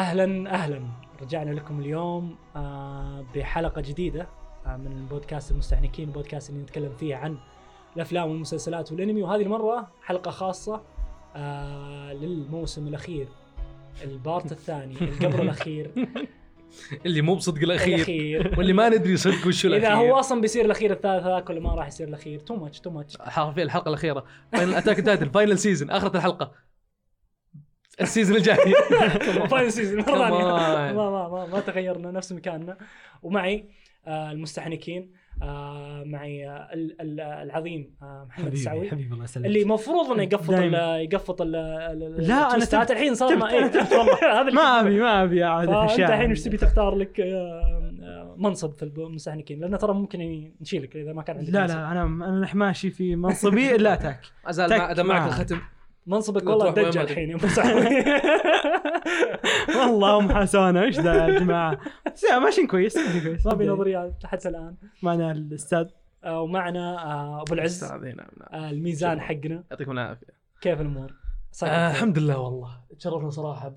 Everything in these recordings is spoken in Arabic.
اهلا اهلا رجعنا لكم اليوم آه، بحلقه جديده آه، من بودكاست المستحنكين بودكاست اللي نتكلم فيه عن الافلام والمسلسلات والانمي وهذه المره حلقه خاصه آه، للموسم الاخير البارت الثاني القبر الاخير اللي مو بصدق الاخير الاخير واللي ما ندري صدق وش اذا هو الاخير اصلا بيصير الاخير الثالث هذاك ولا ما راح يصير الاخير تو ماتش تو ماتش حرفيا الحلقه الاخيره فاينل اتاك تايتن فاينل سيزون اخرة الحلقه السيزون الجاي فاينل سيزون مره ثانيه كمان. ما ما ما, ما تغيرنا نفس مكاننا ومعي آه المستحنكين آه معي آه ال- ال- العظيم آه محمد السعوي حبيبي الله يسلمك اللي مفروض انه يقفط ال- دايماً. يقفط ال ال- لا، أنا التويستات. تبت- الحين صار تبت- ما إيه، تبت والله هذا اللي- ما ابي ما ابي عاد فانت اشياء الحين ايش تبي تختار لك آه، آه، منصب في المستحنكين لانه ترى ممكن يعني نشيلك اذا ما كان عندك لا منصب. لا انا انا رح ماشي في منصبي الا اتاك ازال تك ما- اذا معك معك. الختم منصبك لا، والله تروح وين دجى ما تبي. الحين يا مستحنكين والله ام حسانه ايش ذا يا جماعه بس لا، ماشيين كويس ماشيين كويس ما في نظريات حتى الان معنا الاستاذ آه، ومعنا آه، ابو العز آه، الميزان حقنا نعم. يعطيكم العافيه كيف الامور؟ صحيح آه، الحمد لله والله تشرفنا صراحه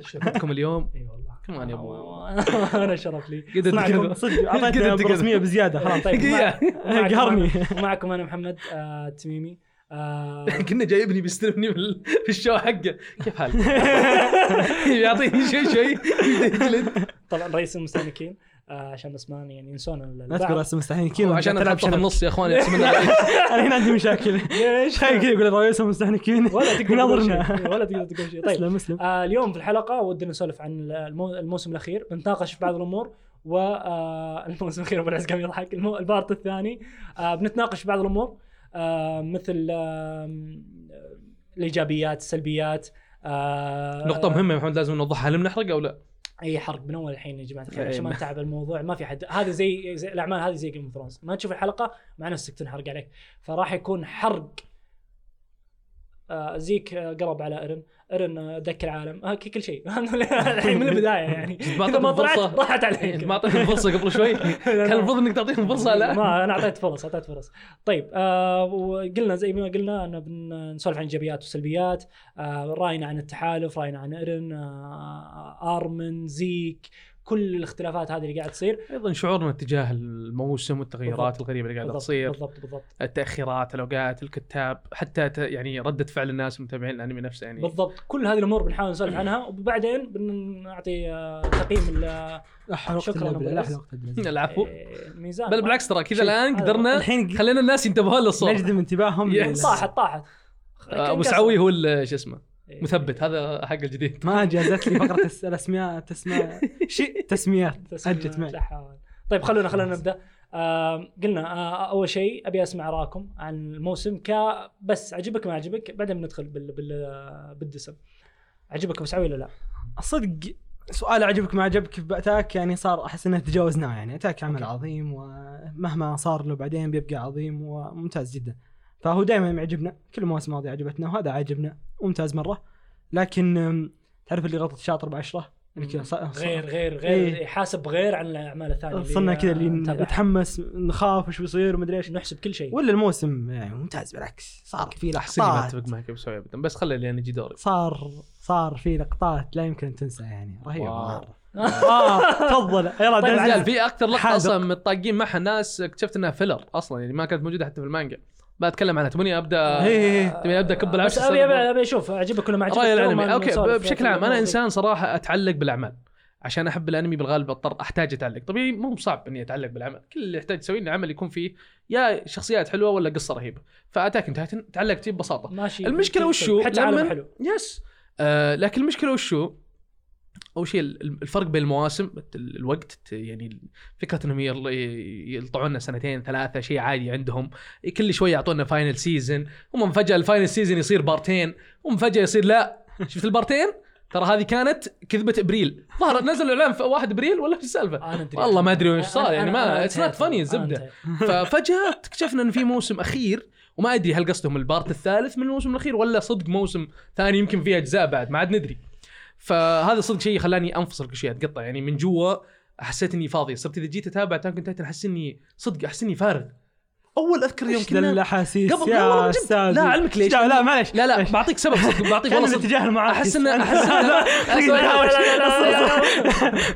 بشرفتكم اليوم اي والله كمان يا أبو. انا شرف لي قد معكم الكذا. صدق كده- اعطيتنا كده. برسميه بزياده خلاص طيب دقيقة. معكم- قهرني. معكم- معكم انا محمد آه، التميمي آه، كنا جايبني بيستلمني في ال- في الشو حقه كيف حالك؟ يعطيني شوي شوي يبدأ يجلد طبعا رئيس المستهلكين آه، عشان بس ما يعني ينسون ال- لا تقول البعض رسم مستحيل كذا عشان تلعب العب في شنب النص يا اخواني اقسم بالله انا هنا عندي مشاكل ليش؟ تخيل كذا يقول رئيس مستحنكين ولا تقدر تقول نظرنا. شيء ولا تقدر تقول شيء طيب اسلم اسلم آه، اليوم في الحلقه ودنا نسولف عن المو- الموسم الاخير بنتناقش في بعض آه، الامور والموسم الاخير ابو العز قام يضحك المو- البارت الثاني آه، بنتناقش في بعض الامور آه، مثل آم، الايجابيات السلبيات آه، نقطة مهمة يا محمد لازم نوضحها هل بنحرق او لا؟ اي حرق من اول الحين يا جماعه الخير إيه، عشان ما ما- نتعب الموضوع ما في حد هذه زي, زي الاعمال هذه زي جيم اوف ثرونز ما تشوف الحلقه مع نفسك تنحرق عليك فراح يكون حرق آه زيك آه، قرب على ايرن ايرن آه، دك العالم آه ك- كل شيء الحين من البدايه يعني ما اذا ما أعطيتهم طلعت فرصة. راحت عليك ما اعطيتهم فرصة قبل شوي كان المفروض انك تعطيهم فرصة لا ما انا اعطيت فرص اعطيت فرص طيب آه وقلنا زي ما قلنا ان بنسولف عن ايجابيات وسلبيات آه راينا عن التحالف راينا عن ايرن آه ارمن زيك كل الاختلافات هذه اللي قاعد تصير ايضا شعورنا تجاه الموسم والتغيرات بالضبط. الغريبه اللي قاعده بالضبط تصير بالضبط بالضبط التاخيرات الاوقات الكتاب حتى ت- يعني رده فعل الناس المتابعين الانمي نفسه يعني بالضبط كل هذه الامور بنحاول إيه. نسولف عنها وبعدين بنعطي آه، تقييم ال- لا حول ولا قوة شكراً إلا بالله، لا أبو حول ولا قوة إلا بالله. العفو آه، الميزان بل بالعكس ترى كذا شوف، الان هذا قدرنا الحين خلينا الناس ينتبهون للصوت نجذب انتباههم يس. لل- طاحت طاحت آه، ابو سعوي هو ال- شو اسمه إيه. مثبت هذا حق الجديد ما جازت لي فقره الس- الاسماء تسمى شيء تسميات تسميات، اجت معي لا حول. طيب خلونا خلونا نبدا آم، قلنا آه، اول شيء ابي اسمع ارائكم عن الموسم ك بس عجبك ما عجبك بعدين بندخل بال... بال... بالدسم عجبك ابو سعوي ولا لا؟ صدق سؤال عجبك ما عجبك باتاك يعني صار احس انه تجاوزناه يعني اتاك عمل عظيم ومهما صار له بعدين بيبقى عظيم وممتاز جدا فهو دائما يعجبنا كل المواسم الماضيه عجبتنا وهذا عجبنا ممتاز مره لكن أم، تعرف اللي غلطة شاطر بعشرة اللي كذا ص- ص- غير غير غير إيه. يحاسب غير عن الاعمال الثانيه اللي صرنا كذا اللي نتابعها. نتحمس نخاف وش بيصير ومدري ايش نحسب كل شيء ولا الموسم يعني ممتاز بالعكس صار في احس اني ما لحظات اتفق معك يا ابو سعوي ابدا بس خلي لين يجي دوري صار صار في لقطات لا يمكن تنسى يعني رهيبه واو. مره اه تفضل يلا طيب دعنا- رجال في اكثر لقطه حاذق. اصلا متطاقين معها ناس اكتشفت انها فيلر اصلا يعني ما كانت موجوده حتى في المانجا بتكلم عنها تبوني ابدا إيه إيه إيه. آه، تبي ابدا كب بس العشر ابي ابي ابي اشوف عجبك ولا ما عجبك راي تو الانمي ما اوكي نسولف بشكل في- عام انا في- انسان صراحه اتعلق بالاعمال عشان احب الانمي بالغالب اضطر احتاج اتعلق طبيعي طيب، مو صعب اني اتعلق بالعمل كل اللي يحتاج تسويه انه عمل يكون فيه يا شخصيات حلوه ولا قصه رهيبه فاتاك تايتن تعلقت فيه ببساطه ماشي طيب، المشكله وش هو؟ حتى عالم لما- حلو يس آه لكن المشكله وش هو؟ اول شيء ال- ال- الفرق بين المواسم ال- الوقت ت- يعني فكره انهم يل- يلطعونا سنتين ثلاثه شيء عادي عندهم كل شوي يعطونا فاينل سيزون هم فجاه الفاينل سيزون يصير بارتين هم فجاه يصير لا شفت البارتين؟ ترى هذه كانت كذبه ابريل ظهر نزل الاعلان في 1 ابريل ولا ايش السالفه؟ انا ادري والله ما ادري وش أنا- صار يعني أنا- أنا ما اتس نوت انتهيت. فاني أنا الزبده انتهيت. ففجاه اكتشفنا ان في موسم اخير وما ادري هل قصدهم البارت الثالث من الموسم الاخير ولا صدق موسم ثاني يمكن فيه اجزاء بعد ما عاد ندري فهذا صدق شيء خلاني انفصل كل شيء اتقطع يعني من جوا حسيت اني فاضي صرت اذا جيت اتابع تاكن تايتن احس اني صدق احس اني فارغ اول اذكر يوم ايش ذا كنا الاحاسيس قبل- لا والله يا من جد. استاذ لا، علمك ليش. لا لا معليش لا لا معليش. بعطيك سبب صدق بعطيك كان والله صدق الاتجاه المعاكس احس ان احس ان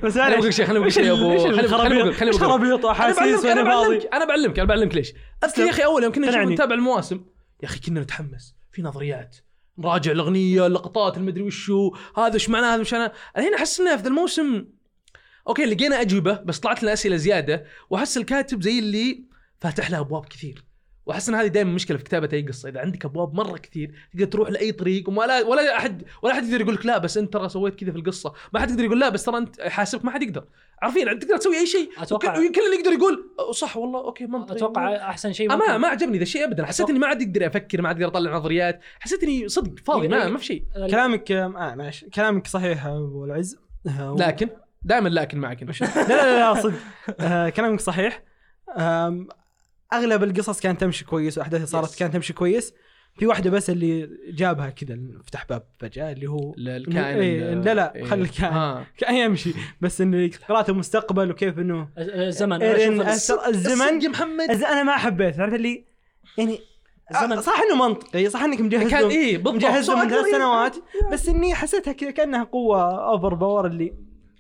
بس انا معليش بقول شيء خليني بقول شيء يا ابو إيش خليني خليني بقول الخرابيط خليني إيش بقول خرابيط انا واحاسيس بعلمك وانا انا فاضي بعلمك انا بعلمك انا بعلمك ليش اذكر يا اخي اول يوم كنا نشوف قنعني. نتابع المواسم يا اخي كنا نتحمس في نظريات نراجع الاغنيه اللقطات المدري وشو هذا ايش معناه هذا ايش معناه الحين احس انه في ذا الموسم اوكي لقينا اجوبه بس طلعت لنا اسئله زياده واحس الكاتب زي اللي فاتح له ابواب كثير واحس ان هذه دائما مشكله في كتابه اي قصه اذا عندك ابواب مره كثير تقدر تروح لاي طريق وما لا ولا احد ولا احد يقدر يقول لك لا بس انت ترى سويت كذا في القصه ما حد يقدر يقول لا بس ترى انت حاسبك ما حد يقدر عارفين تقدر تسوي اي شيء أتوقع- وكل وكل اللي يقدر يقول "أه، صح والله اوكي منطقي اتوقع احسن شيء ما ممكن ما عجبني ذا الشيء ابدا حسيت اني ما عاد اقدر افكر ما عاد اقدر اطلع نظريات حسيت اني صدق فاضي ما ما في شيء كلامك آه معليش كلامك صحيح ابو العز آه، و- لكن دائما لكن معك لا لا لا صدق آه كلامك صحيح آم، اغلب القصص كانت تمشي كويس واحداثها صارت Yes. كانت تمشي كويس في واحده بس اللي جابها كذا فتح باب فجاه اللي هو الكائن إيه، ال- لا لا، إيه. خلي الكائن. آه. كان يمشي بس انه قراءه المستقبل وكيف انه الزمن أنا إيرين أشوف أثر الزمن الزمن يا محمد الز- انا ما حبيت عرفت اللي يعني الزمن- آه، صح انه منطقي صح انك مجهز كان لهم اي إيه، بالضبط مجهز لهم من ثلاث أقدر- سنوات بس اني حسيتها كذا كانها قوه اوفر باور اللي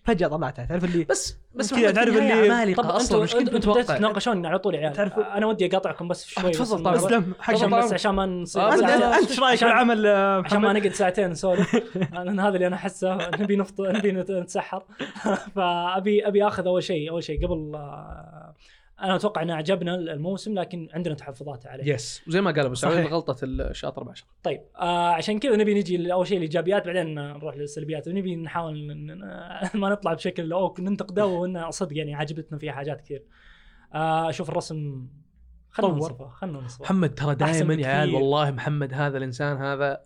فجاه طلعتها تعرف اللي بس بس كذا تعرف اللي- طب عمالقه اصلا مش انتم كنت انتم بديتوا متوقع تتناقشون على طول يا عيال تعرف- انا ودي اقاطعكم بس شوي آه، تفضل بس- طبعاً. بس- اسلم حق عشان شباب. بس عشان ما نصير آه، انت لا، لا، انت ايش رايك عشان- بالعمل آه، عشان ما محمد؟ نقعد ساعتين نسولف لان هذا اللي انا احسه نبي نفط نبي نت- نتسحر فابي ابي اخذ اول شيء اول شيء قبل آه، انا اتوقع انه عجبنا الموسم لكن عندنا تحفظات عليه يس وزي ما قال ابو سعود صحيح. غلطه الشاطر بعشر طيب آه عشان كذا نبي نجي اول شيء الايجابيات بعدين نروح للسلبيات نبي نحاول ن- ن- ما نطلع بشكل او ننتقده وانه صدق يعني عجبتنا فيه حاجات كثير آه اشوف الرسم خلنا طور. ننصفه خلنا ننصفه محمد ترى دائما بكثير. يا عيال والله محمد هذا الانسان هذا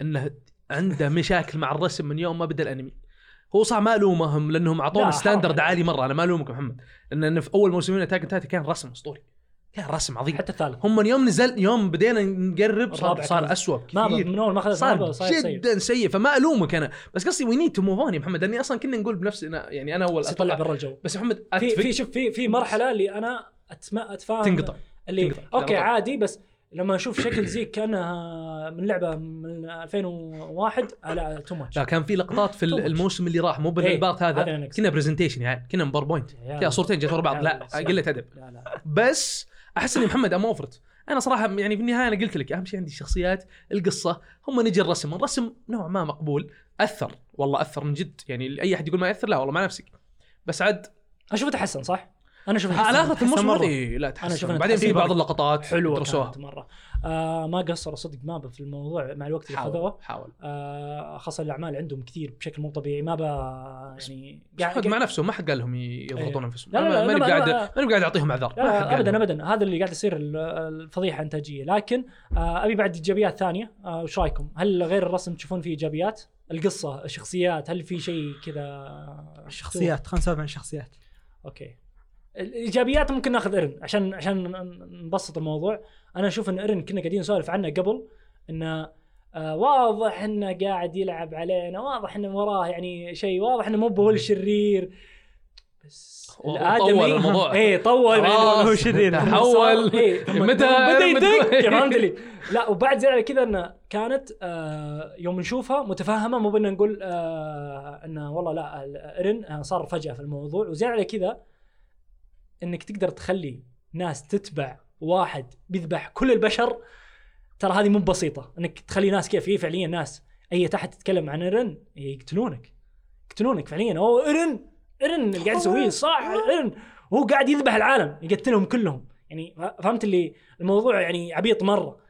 انه عنده مشاكل مع الرسم من يوم ما بدا الانمي هو صح ما الومهم لانهم لا، اعطونا حرام ستاندرد عليك. عالي مره انا ما الومك يا محمد لان أنا في اول موسمين اتاك تايتن كان رسم اسطوري كان رسم عظيم حتى الثالث هم من يوم نزل يوم بدينا نقرب صار الرابع كان- صار اسوء ما كثير. من اول ما اخذت صار صار سيء جدا سيء فما الومك انا بس قصدي وي نيد تو موف اون يا محمد لاني اصلا كنا نقول بنفس أنا- يعني انا اول بس يطلع أتوقع- برا الجو بس محمد في أتفق في شوف في في مرحله اللي انا أتما اتفاهم تنقطع اللي تنقطع. اوكي تنقطع. عادي بس لما اشوف شكل زي كانها من لعبه من 2001 على تو ماتش لا كان في لقطات في Too much. الموسم اللي راح مو إيه، بالبارت هذا هذا أنا أقصد. كنا برزنتيشن يعني كنا باوربوينت كذا صورتين جت ورا بعض لا قله ادب لا لا بس احس اني محمد ام اوفرت انا صراحه يعني في النهايه انا قلت لك اهم شيء عندي الشخصيات القصه هم نجي الرسم الرسم نوع ما مقبول اثر والله اثر من جد يعني اي احد يقول ما ياثر لا والله مع نفسك بس عاد اشوفه تحسن صح؟ انا اشوفه على تحسن. اخر الموسم مرة. هذا إيه، لا أنا أشوف تحسن إنه بعدين في تحسن بعض برضه. اللقطات حلوه درسوها كانت مره آه ما قصروا صدق ما في الموضوع مع الوقت اللي حاول خذوه حاول آه خاصه الاعمال عندهم كثير بشكل مو طبيعي ما با يعني حق مع نفسهم ما حد قال لهم يضغطون انفسهم لا، لا، أنا لا، ماني لا، قاعد لا، ماني قاعد اعطيهم اعذار لا ما حد لا قال ابدا لهم. ابدا هذا اللي قاعد يصير ال- الفضيحه انتاجيه لكن آه، ابي بعد ايجابيات ثانيه آه، وش رايكم؟ هل غير الرسم تشوفون فيه ايجابيات؟ القصه الشخصيات هل في شيء كذا الشخصيات خلينا نسولف عن الشخصيات اوكي الايجابيات ممكن ناخذ ارن عشان عشان نبسط الموضوع انا اشوف ان ارن كنا قاعدين نسولف عنه قبل انه آه، واضح انه قاعد يلعب علينا واضح انه وراه يعني شيء واضح انه مو بهو الشرير بس هو- هو طول الموضوع. اي طول بعدين خلاص، هو شرير. ثم تحول صار- إيه، ثم- متى- ثم بدا متى- يدق فهمت لي لا وبعد زي على كذا انه كانت آه، يوم نشوفها متفاهمه مو بدنا نقول آه، انه والله لا رن آه، صار فجاه في الموضوع وزي على كذا انك تقدر تخلي ناس تتبع واحد بيذبح كل البشر ترى هذه مو بسيطه انك تخلي ناس كيف هي فعليا ناس اي تحت تتكلم عن رن يقتلونك يقتلونك فعليا او رن رن اللي قاعد يسويه صح رن وهو قاعد يذبح العالم يقتلهم كلهم يعني فهمت اللي الموضوع يعني عبيط مره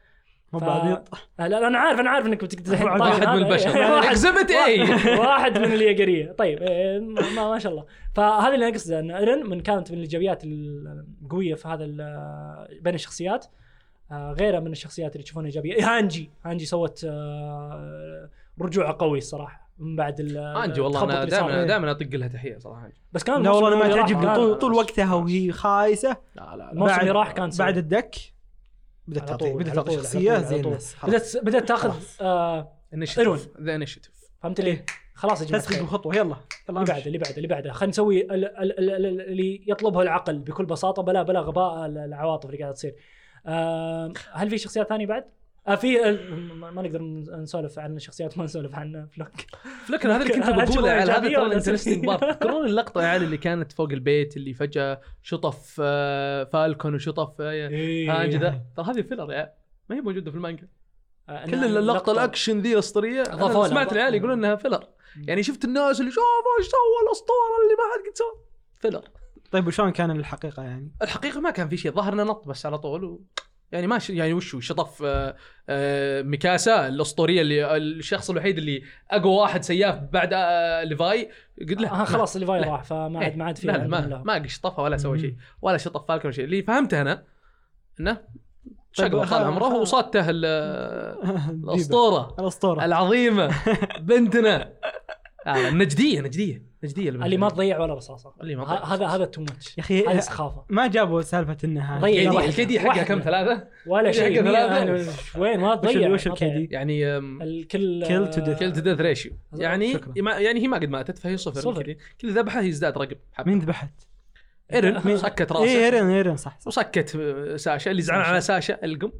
مو ف- بعبيط آه، لا لا انا عارف انا عارف انك بتقدر الحين واحد تطالع واحد من هذا. البشر إيه، واحد- اكزبت اي واحد من اليقريه طيب إيه، ما, ما شاء الله فهذا اللي انا قصده ان ايرن من كانت من الايجابيات القويه في هذا ال- بين الشخصيات آه، غيرها من الشخصيات اللي تشوفونها ايجابيه هانجي هانجي سوت آه، رجوع قوي الصراحه من بعد ال- انجي والله التخبط انا اللي صار. دائما إيه. دائما اطق لها تحيه صراحه أنجي. بس كان لا والله انا ما الموسم اللي راح تعجبني كان- طول طول أنا وقتها وهي خايسه لا لا الموسم بعد- اللي راح كان سيء. بعد الدك بدات على تعطي طول، بدات على تعطي طول، على شخصيه طول، على زي طول. الناس خلاص. إيه. بدات بدات تاخذ آه، إيرون. انشيتيف ذا انشيتيف فهمت اللي خلاص يا جماعه تسبق الخير. بخطوه يلا يلا اللي امشي. بعده اللي بعده اللي بعده خلينا نسوي ال- ال- ال- ال- اللي يطلبه العقل بكل بساطه بلا بلا غباء العواطف اللي قاعده تصير آه هل في شخصيات ثانيه بعد؟ آه في آه، ما ما نقدر نسولف عن الشخصيات ما نسولف عن فلوك فلكن هذا اللي كنت هذا بقوله شغل على هذا إيجابية ترى ولا الانترستنج سلبية؟ بارت تذكرون اللقطه يا عيال اللي كانت فوق البيت اللي فجاه شطف آه، فالكون وشطف آه، إيه. هانج ذا ترى هذه فيلر يا عيال. ما هي موجوده في المانجا آه، كل اللقطه الاكشن ذي الاسطوريه أنا أضافوها لها. سمعت العيال يقولون انها فيلر يعني شفت الناس اللي شوف ايش سوى الاسطوره اللي ما حد قد سوى فيلر طيب وشلون كان الحقيقه يعني؟ الحقيقه ما كان في شيء ظهرنا نط بس على طول و... يعني ما ش... يعني وش هو شطف آه، آه، ميكاسا الاسطوريه اللي الشخص الوحيد اللي اقوى واحد سياف بعد آه، ليفاي قد له آه خلاص ليفاي لا. إيه. راح فما عاد ما عاد في لا لا علم ما لهم. ما قد شطفها ولا سوى مم. شيء ولا شطف فالكون شيء اللي فهمته انا طيب، انه شقلب خلاص- طال عمره خلاص. وصادته ال- الاسطوره الاسطوره العظيمه بنتنا آه، النجديه نجديه نجديه اللي ما تضيع ولا رصاصه اللي ما ه- هذا هذا تو ماتش يا أخي، إيه. هذا سخافه ما جابوا سالفه انها ضيع هي- واحد. الكيدي يعني حقها واحدة. كم ثلاثه ولا يا شيء أخي، ثلاثة. مين- أنا- وين ما وش تضيع ال- وش ما تضيع. الكيدي؟ يعني آم، الكل Kill to death. كيل تو ديث ريشيو يعني شكراً. ما يعني هي ما قد ماتت فهي صفر, صفر. كذي كل ذبحه يزداد رقم حب. مين ذبحت؟ ايرن مين؟ سكت إيه، اي راسه ايرن ايرن صح صح وسكت آه، ساشا اللي زعلان على ساشا القم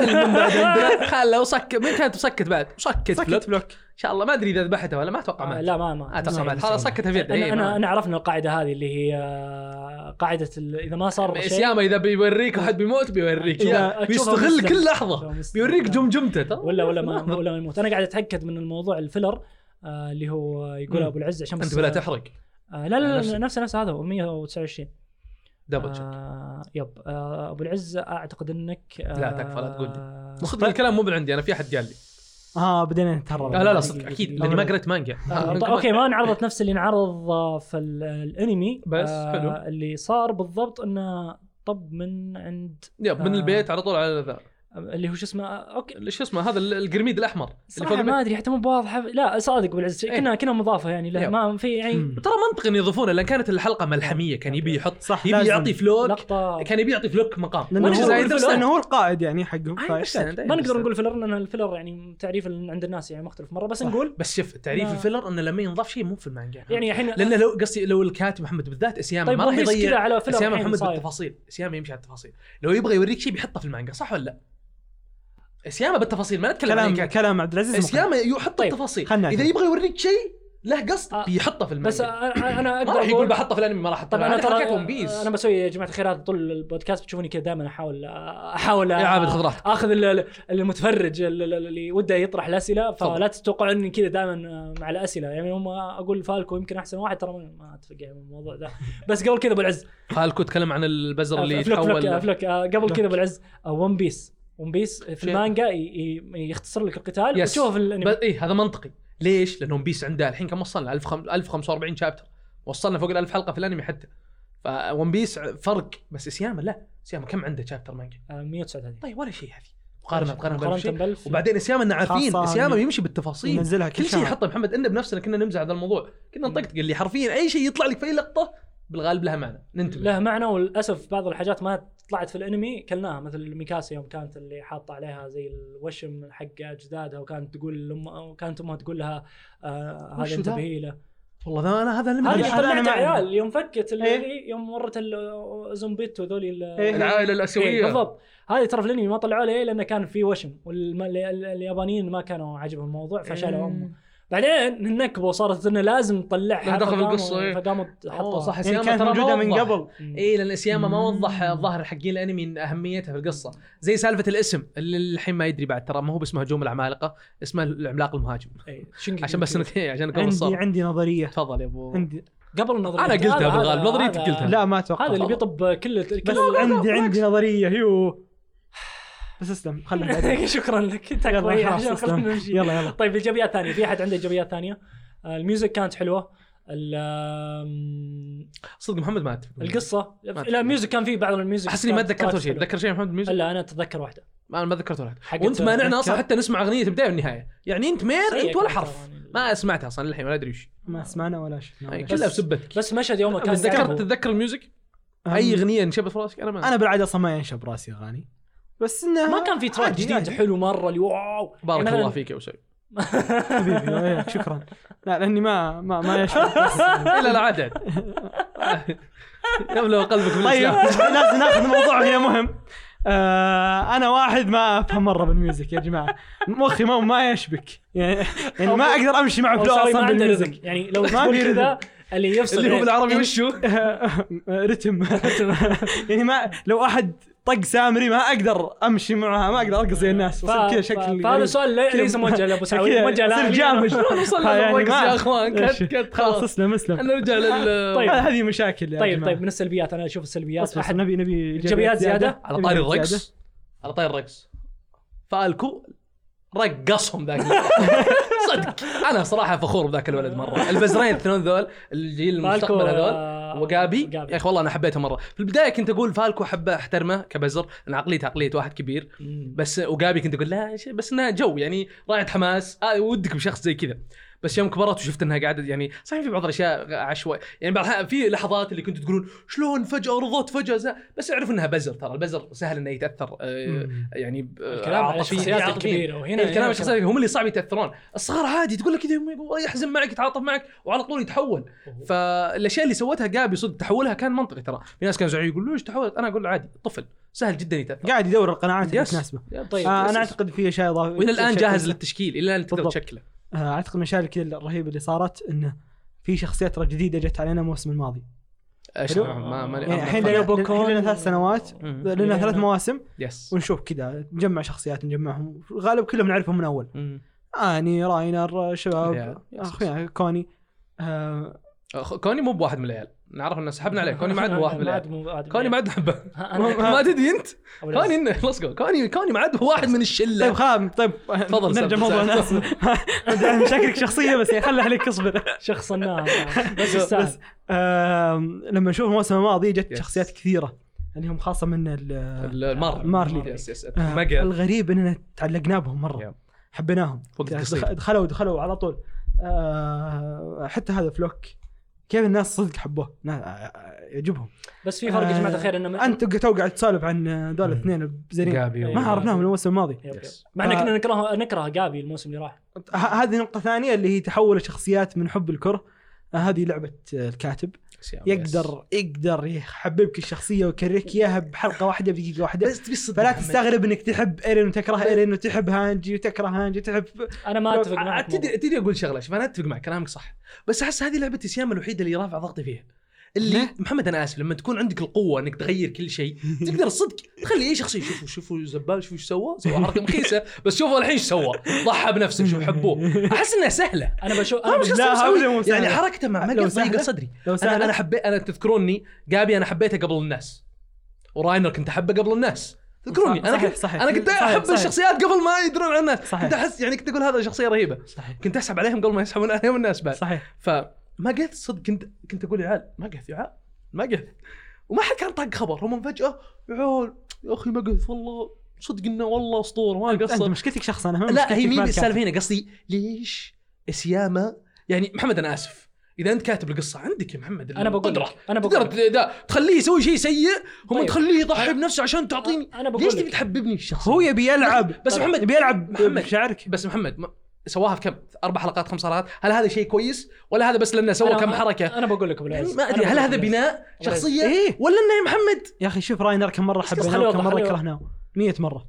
القم بعد عندنا خله وسكت من كانت مسكت بعد مسكت فلوب سكت ان بلوك شاء الله ما ادري اذا ذبحتها ولا ما اتوقع آه، مات لا ما ما ما اتوقع مستحيل، مات خلاص مستحيل. سكتها في انا يده إيه، انا ما- انا عرفنا القاعده هذه اللي هي آه، قاعده ال- اذا ما صار شيء اسياما اذا بيوريك واحد بيموت بيوريك أشوفها- إياه. أشوفها بيستغل مسلم. كل أشوفها لحظه مسلم. بيوريك جمجمته ترى. ولا ولا ما ولا ما يموت انا قاعد اتاكد من الموضوع الفيلر آه، اللي هو يقول مم. ابو العز عشان انت بس- بلا تحرق آه، لا لا نفسه. لا نفسه نفسه هذا هو 129 دبل تشيك. آه يب آه ابو العز اعتقد انك آه لا، تكفى، لا تقول صدق الكلام مو من عندي انا في احد قال لي اه بدينا نتهرب آه، لا لا صدق اكيد لاني ما قريت مانجا آه، طيب، اوكي ما انعرضت نفس اللي انعرض آه، في ال- الانمي بس، آه، حلو. اللي صار بالضبط انه طب من عند يب من آه. البيت على طول على ذا آه، اللي هو شو اسمه آه، اوكي شو اسمه هذا ال- القرميد الاحمر اللي فوق صراحه البيت ما ادري حتى مو واضحه لا صادق ابو العز إيه. كنا كنا مضافه يعني له يب. ما في يعني مم. ترى منطق انه يضيفونه لان كانت الحلقه ملحميه كان يبي يحط صح يبي لازم. يعطي فلوك لقطه كان يبي يعطي فلوك مقام لانه Which is هو, I understand. لأنه هو القائد يعني حقهم I فيحتاج. understand, I ما نقدر understand. نقول فيلر لان الفيلر يعني تعريف ال- عند الناس يعني مختلف مره بس صح. نقول بس شوف تعريف لا. الفيلر انه لما ينضاف شيء مو في المانجا يعني الحين لانه لو قصدي لو الكاتب محمد بالذات اسياما طيب ما راح نقيس كذا يضيع على فيلر اسياما الحين محمد صاير. بالتفاصيل اسياما يمشي على التفاصيل لو يبغى يوريك شيء بيحطه في المانجا صح ولا لا؟ اسياما بالتفاصيل ما نتكلم عن كلام الكاتب. كلام عبد العزيز مقنع. اسياما يحط طيب، التفاصيل خلنا اذا نعجب. يبغى يوريك شيء له قصد آه، بيحطه في المانجا بس انا انا ما اقدر راح يقول اقول بحطه في الانمي ما راح يعني طب انا ترى ون بيس انا بسوي يا جماعه الخير هذا طول البودكاست بتشوفوني كذا دائما احاول احاول يا عابد خذ راحتك. اخذ ال- ال- المتفرج ال- ال- اللي وده يطرح الاسئله فلا تفضل. تتوقعوا اني كذا دائما مع الاسئله يعني هم اقول فالكو يمكن احسن واحد ترى ما- ما اتفق يعني من الموضوع ده بس قبل كذا ابو العز فالكو تكلم عن البزر اللي آه، فلوك فلوك تحول فلوك آه، قبل كذا ابو العز آه، ون بيس ون بيس في شيء. المانجا ي- ي- يختصر لك القتال يس. وتشوفه في ب... الانمي ايه هذا منطقي ليش؟ لانهم بيس عنده الحين كم وصلنا 1045 شابتر وصلنا فوق ال 1000 حلقه في الانمي حتى فون بيس فرق بس سياما لا سياما كم عنده شابتر مانجا؟ آه، 139 طيب ولا شيء هذه مقارنه مقارنه بألف شيء. بألف. وبعدين سياما انه عارفين خاصة سياما إنه يمشي بالتفاصيل ينزلها كل كل شيء شهر يحطه محمد ان بنفسنا كنا نمزح هذا الموضوع كنا نطقطق اللي حرفيا اي شيء يطلع لك في اي لقطه بالغالب لها معنى ننتبه له معنى وللاسف بعض الحاجات ما طلعت في الانمي كلناها مثل ميكاسا يوم كانت اللي حاطه عليها زي الوشم حق اجدادها وكانت تقول لأم... وكانت امها تقول لها آه وشو هذا ذا؟ انتبهي له والله ذا انا هذا اللي هذه هذا أنا طلعت ما أعرف. عيال يوم فكت اللي إيه. يوم ورت ال- زومبيتو ذولي ال- إيه. العائله الاسيويه إيه، بالضبط هذه ترى في الانمي ما طلعوا ليه لانه كان في وشم واليابانيين ما كانوا عاجبهم الموضوع إيه. فشالوا امه بعدين نكبوا صارت انه لازم تطلعها لها دخل فقاموا- بالقصة، إيه. فقاموا اوه حطوها صح يعني سياما كانت ترى ما موجوده من وضح. قبل اي لان سياما ما وضح مم. الظاهر حقين الانمي إن اهميتها في القصه زي سالفه الاسم اللي الحين ما يدري بعد ترى ما هو باسم هجوم العمالقه اسمه العملاق المهاجم إيه، شينجي عشان بس كيوكيو. نت- عشان نكون عندي صار عندي نظريه تفضل يا ابو عندي قبل النظريه أنا قلتها هذا- بالغالب، هذا- نظريتي هذا- قلتها. لا ما اتوقع هذا اللي بيطب كل بس كل عندي بالعكس. عندي نظريه يو بس اسلم خلنا بعدين. شكرا لك انت يلا، كويس خلاص، عشان تسلم. خلنا نمشي يلا يلا طيب ايجابيات ثانيه في احد عنده ايجابيات ثانيه آه، الميوزك كانت حلوه ال- آم، صدق محمد ما اتفق القصه أدري. لا الميوزك كان في بعض الميوزك احس اني ما كانت- تذكرت ولا شيء كانت حلوة. تذكر شيء يا محمد ميوزك لا انا اتذكر واحده ما ما تذكرت ولا حقت- حاجه وانت مانعنا اصلا تذكر. حتى نسمع اغنيه البدايه والنهايه يعني انت مير سيئة انت ولا كانت حرف طبعاً. ما سمعتها اصلا للحين ولا ادري وش ما سمعنا ولا شفنا يعني ولا كلها شيء. بسبتك بس مشهد يومها كان بس تذكرت قاعد- تتذكر الميوزك أهم- اي اغنيه انشبت في راسك انا ما انا بالعاده اصلا ما ينشب راسي اغاني بس انه ما كان في تراك عادي، جديد عادي. حلو مره اللي واو بارك يعني الله مثلاً- فيك يا اسامه حبيبي وياك، شكرا لا لاني ما ما ما ينشب لا لا عاد عاد. يملا قلبك من طيب الإسلام. لازم ناخذ موضوع هنا مهم آه انا واحد ما افهم مره بالميوزك يا جماعه مخي ما ما يشبك يعني, يعني ما اقدر امشي معه أو بلو sorry، ما اصلا عنده بالميوزك رزق يعني لو ما تقول في رزق. كذا اللي يفصل اللي هو بين- بالعربي وشو؟ رتم يعني ما لو احد طق سامري ما اقدر امشي معها ما اقدر ارقص زي الناس ف- وصل كذا ف- شكل فهذا غريب. سؤال لي- كذا ليس موجه لابو سعود كذا موجه صرت لا جامج وصلنا يعني للرقص ما- يا اخوان كت كت خلاص خلاص اسلم اسلم نرجع لل طيب. هذه مشاكل يا طيب جماعة. طيب من السلبيات انا اشوف السلبيات أصبر، احد أصبر، نبي نبي إيجابيات زيادة؟ على طاري إيجابيات زيادة. الرقص على طاري الرقص فالكو رقصهم ذاك صدق انا صراحه فخور بذاك الولد مره البزرين الثنون ذول الجيل فالكو، المستقبل هذول آه، وقابي وقابي. يا اخي والله انا حبيته مره في البدايه كنت اقول فالكو حبه احترمه كبزر ان عقليته عقليه واحد كبير مم. بس وقابي كنت اقول لا شيء- بس انها جو يعني راعي حماس آه ودك بشخص زي كذا بس يوم كبرت وشفت انها قاعده يعني صحيح في بعض الاشياء عشوائيه يعني بعض الأحيان- في لحظات اللي كنتوا تقولون شلون فجاه رضت فجاه زا. بس اعرف انها بزر ترى البزر سهل انه يتاثر آه مم. يعني ب- آه، الكلام على عاطفياً- الشخصيات يعني عاطفياً. الكبيره وهنا هنا الكلام هنا إيه، على الشخصيات هم اللي صعب يتاثرون الصغار عادي تقول له كذا يوم يقول- يحزن معك يتعاطف معك وعلى طول يتحول فالاشياء اللي سوتها قابي صدق تحولها كان منطقي ترى في ناس كانوا زعلانين يقولوا ليش تحولت انا اقول له عادي طفل سهل جدا يتاثر قاعد يدور القناعات اللي يس. تناسبه طيب آه، يس، انا يس. اعتقد في اشياء اضافيه والى الان أشياء جاهز كويسة. للتشكيل الى الان تقدر بالضبط. تشكله آه، اعتقد من الاشياء كذا الرهيبه اللي صارت انه في شخصيات ترى جديده جت علينا الموسم الماضي أشرح، حلو. ما ما يعني ما- الحين ما- لنا- يابا الحين لنا ثلاث سنوات مم. لنا يعني ثلاث أنا- مواسم يس ونشوف كذا نجمع شخصيات نجمعهم غالب كلهم نعرفهم من اول مم. اني راينر شباب يا- يا اخويا كوني آه، أخ- كوني مو بواحد من العيال نعرف ان سحبنا عليه كوني ما عاد مو واحد من ما العيال عاد مو- عاد كوني من- ما عاد نحبه أنا- ما تدري انت أبو العز. كوني ليتس جو كوني كوني ما عاد هو واحد من طيب الشله خام طيب تفضل، سب- نرجع سب- موضوع ناس مشاكلك شخصيه بس يعني خلي عليك اصبر شخص النار بس بس يستاهل آم، لما نشوف الموسم الماضي جت Yes. شخصيات كثيره اللي هم خاصه من ال- المار مارلي. يس يس آه، مقا الغريب اننا تعلقنا بهم Yeah. مره حبيناهم يعني وقت دخ- قصير. دخلوا دخلوا على طول آه، حتى هذا فلوك كيف الناس صدق حبوه نا- آه، يعجبهم بس في فرق يا جماعه الخير انه انت تو قاعد تسولف عن دول Mm. الاثنين بزرين قابي ما ما عرفناهم الموسم الماضي يب يب. Yes. مع ان ف- آه. كنا نكره نكره جابي الموسم اللي راح ه- هذه نقطه ثانيه اللي هي تحول الشخصيات من حب الكره آه، هذه لعبه آه، الكاتب يقدر يقدر يحببك الشخصيه ويكرهك اياها بحلقه واحده بدقيقه واحده بس تبي الصدق فلا محمد. تستغرب انك تحب ايرين وتكره ايرين وتحب هانجي وتكره هانجي وتحب انا ما لو- اتفق عاد معك تدري تدري اقول شغله شوف انا اتفق معك كلامك صح بس احس هذه لعبه سيام الوحيده اللي رافع ضغطي فيها اللي ليه؟ محمد انا اسف لما تكون عندك القوه انك تغير كل شيء تقدر صدق تخلي اي شخصيه شوفوا شوفوا زبال شوفوا ايش سوى سوى حركه مخيسه بس شوفوا الحين ايش سوى ضحى بنفسه شوف حبوه احس انها سهله انا بشوف ما انا مش بشوف- لا، لا هذا مو سهل. يعني حركته مع لو مقل ضيقه سهلة- صدري لو انا سهلة- انا حبيت انا تذكروني جابي انا حبيته قبل الناس وراينر كنت احبه قبل الناس تذكروني انا صحيح، كنت صحيح. انا كنت صحيح، احب صحيح. الشخصيات قبل ما يدرون عن الناس صحيح. كنت إيه. احس يعني كنت اقول هذا شخصيه رهيبه صحيح كنت اسحب عليهم قبل ما يسحبون عليهم الناس بعد صحيح فما قلت صدق كنت كنت اقول يا عيال مقث يا عيال مقث وما حد كان طاق خبر هم فجاه يا عيال يا اخي مقث والله صدق انه والله اسطوره ما انت قصر مشكلتك شخص انا ما لا مشكلتك هي مين مع الكاتب. السالفه هنا قصدي ليش سياما يعني محمد انا اسف اذا انت كاتب القصه عندك يا محمد انا بقول القدرة. لك، أنا بقول تقدر ت- دا تخليه يسوي شيء سيء هم طيب. تخليه يضحي بنفسه عشان تعطيني انا بقول ليش لك. تبي تحببني الشخص هو يبي يلعب بس محمد- يبي يلعب محمد. بشعرك بس محمد ما سواها في كم اربع حلقات خمس حلقات هل هذا شيء كويس ولا هذا بس لانه سوى أنا- كم حركه انا بقول لك أبو العز. ما ادري أنا هل بقول هذا لك أبو العز. بناء أبو العز. شخصيه إيه. ولا انه يا محمد يا اخي شوف راينر كم مره خليه حبيناه يوضح، كم مره خليه كرهناه 100 مره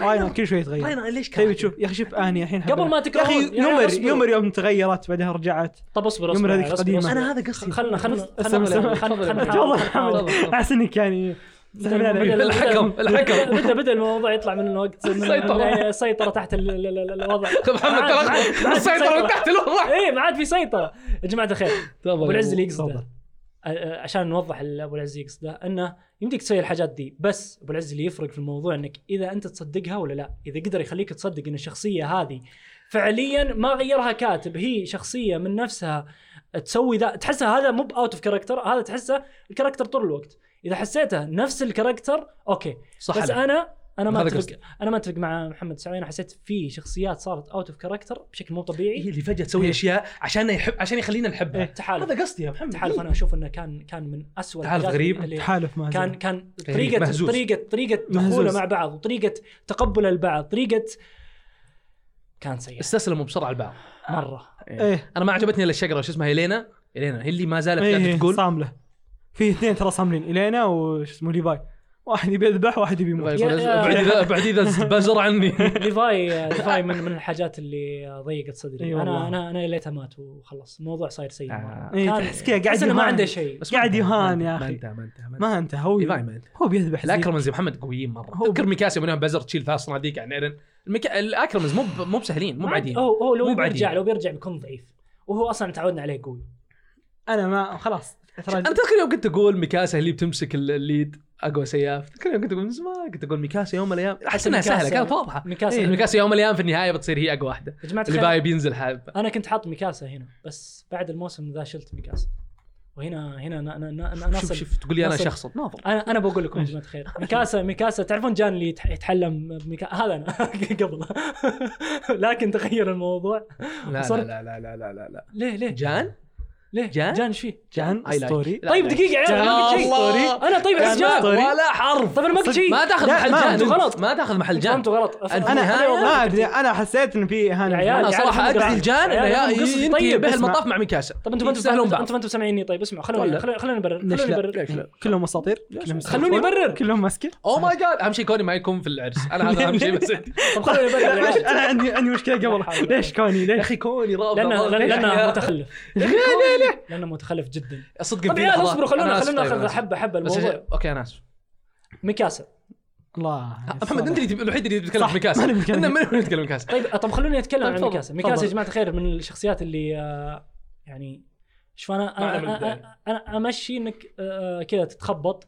راينر كل شوي يتغير راينر طيب، ليش تبي كان تشوف يا اخي طيب، شوف اني الحين قبل حبيناه. ما يا تكرهون اخي يا عيال يومر اصبروا. يومر يوم تغيرت بعدين رجعت طب اصبر يمر اصبر هذيك أصبر، قديمة. أصبر. انا هذا قصدي خلنا خلنا استنى، خلنا استنى. خلنا والله خلنا- محمد. خلنا- احس انك يعني زعلان عليك. بدل- آه، الحكم، بدل- الحكم. بدا بدا الموضوع يطلع من الوقت من- سيطرة. من- سيطره تحت ال- ال- ال- الوضع طيب، محمد ما عاد- ما عاد- ما ترى عاد في السيطره سيطرة. من تحت الوضع ايه ما عاد في سيطره يا جماعه الخير ابو العز اللي يقصده تفضل. أ- أ- عشان نوضح اللي ابو العز يقصده انه يمديك تسوي الحاجات دي بس ابو العز اللي يفرق في الموضوع انك اذا انت تصدقها ولا لا اذا قدر يخليك تصدق ان الشخصيه هذه فعليا ما غيرها كاتب هي شخصيه من نفسها تسوي ذا تحسها هذا مو باوت اوف كاركتر هذا تحسه الكاركتر طول الوقت اذا حسيته نفس الكاركتر اوكي صح بس عليك. انا انا ما هذا اتفق قصدي. انا ما اتفق مع محمد سعود انا حسيت في شخصيات صارت اوت اوف كاركتر بشكل مو هي طبيعي إيه إيه، اللي فجاه تسوي اشياء عشان يحب عشان يخلينا نحبها تحالف هذا قصدي يا محمد تعرف انا اشوف انه كان كان من اسوء تعرف الحاجات غريب؟ اللي تحالف ما كان كان طريقه إيه، مهزوز. طريقه طريقه دخوله مهزوز. مع بعض وطريقه تقبل البعض طريقه كان سيء استسلموا بسرعه البعض مره ايه انا ما عجبتني الا الشقره شو اسمها هيلينا هيلينا هي اللي ما زالت ايه قاعده تقول تقول صامله في اثنين ترى صاملين الينا وش اسمه ليفاي واحد يبي يذبح واحد يبي الله يموت يقول يا- بعد اذا بعد اذا بزر عني ليفاي ليفاي من من الحاجات اللي ضيقت صدري إي انا والله. انا انا ليتها مات وخلص الموضوع صاير سيء آه. مره إي، كان- تحس كذا قاعد أحس إنه ما يهان. عنده شيء بس ما قاعد انتهى، ما يهان انتهى، ما يا اخي انتهى ما انتهى ما انتهى ما انت هو ليفاي ما انتهى هو بيذبح زي- الاكرمز يا محمد قويين مره هو- تذكر ميكاسي منهم بزر تشيل فيها صناديق عن ايرن المك... الاكرمز مو ب- مو بسهلين مو ما عاد- بعدين هو هو مو لو بيرجع بعدين. لو بيرجع بيكون ضعيف وهو اصلا تعودنا عليه قوي انا ما خلاص انا تذكر يوم كنت اقول ميكاسا اللي بتمسك ال- الليد اقوى سياف تذكر يوم كنت اقول من زمان كنت اقول ميكاسا يوم من الايام احس انها ميكاسا- سهله كانت واضحه ميكاسا إيه، ميكاسا يوم من الايام في النهايه بتصير هي اقوى واحده يا جماعه اللي الخير، باي بينزل حابه انا كنت حاط ميكاسا هنا بس بعد الموسم ذا شلت ميكاسا وهنا هنا انا انا انا شوف نصل شوف تقول لي انا نصل. شخص ناظر انا انا بقول لكم يا جماعه الخير ميكاسا ميكاسا تعرفون جان اللي يتح- يتحلم بميكا هذا انا قبل لكن تغير الموضوع لا وصلت. لا لا لا لا لا لا ليه ليه جان ليه جان؟ جان شو فيه؟ جان I like. اسطوري لا، طيب لا. دقيقه يا عيال، أنا ما قلت شيء. الله. انا طيب جان بس جان أسطوري. ولا حرف طب انا ما قلت شيء ما تاخذ لا، محل ما- جان أنتوا غلط غلط. ما تاخذ محل جان فهمتوا غلط أف- أنا- انا أف- النهاية ما ادري انا حسيت ان في يا اهانه عيال. انا صراحه يا ادعي عيال، الجان يا عيال، انه لازم قصة ينتهي طيب، به اسمع. المطاف مع ميكاسا طب انتم ما انتم يستاهلون فاهمين بعض. انتم ما انتم سامعيني طيب اسمعوا خلوني ولا. خلوني خلوني نبرر ليش خلوني لا؟ نبرر ليش لا؟ كلهم اساطير كلهم خلوني يسولفون، برر. كلهم ماسكين او ماي جاد اهم شيء كوني ما يكون في العرس انا هذا اهم شيء بس عندي. طب خلوني نبرر يا ليش عيال. انا عندي عندي مشكله لا حول قبل ولا ليش كوني يا ليش اخي كوني رافض لانه رافض. ليش لانه يا- متخلف ليه ليه ليه لانه متخلف جدا صدق طب في يا عيال، لحظات- اصبروا أنا خلونا آسف خلونا طيب، أنا ناخذ آسف. حبه حبه بس الموضوع اوكي انا اسف ميكاسا الله محمد انت اللي تب- الوحيد اللي بيتكلم صح، في ميكاسا ماني بتكلم. انا من اللي بيتكلم ميكاسا طيب طب خلوني اتكلم طيب عن تفضل، ميكاسا ميكاسا يا تفضل. جماعه الخير من الشخصيات اللي آه، يعني شوف انا معنا من انا البداية. انا, أنا امشي انك آه، كذا تتخبط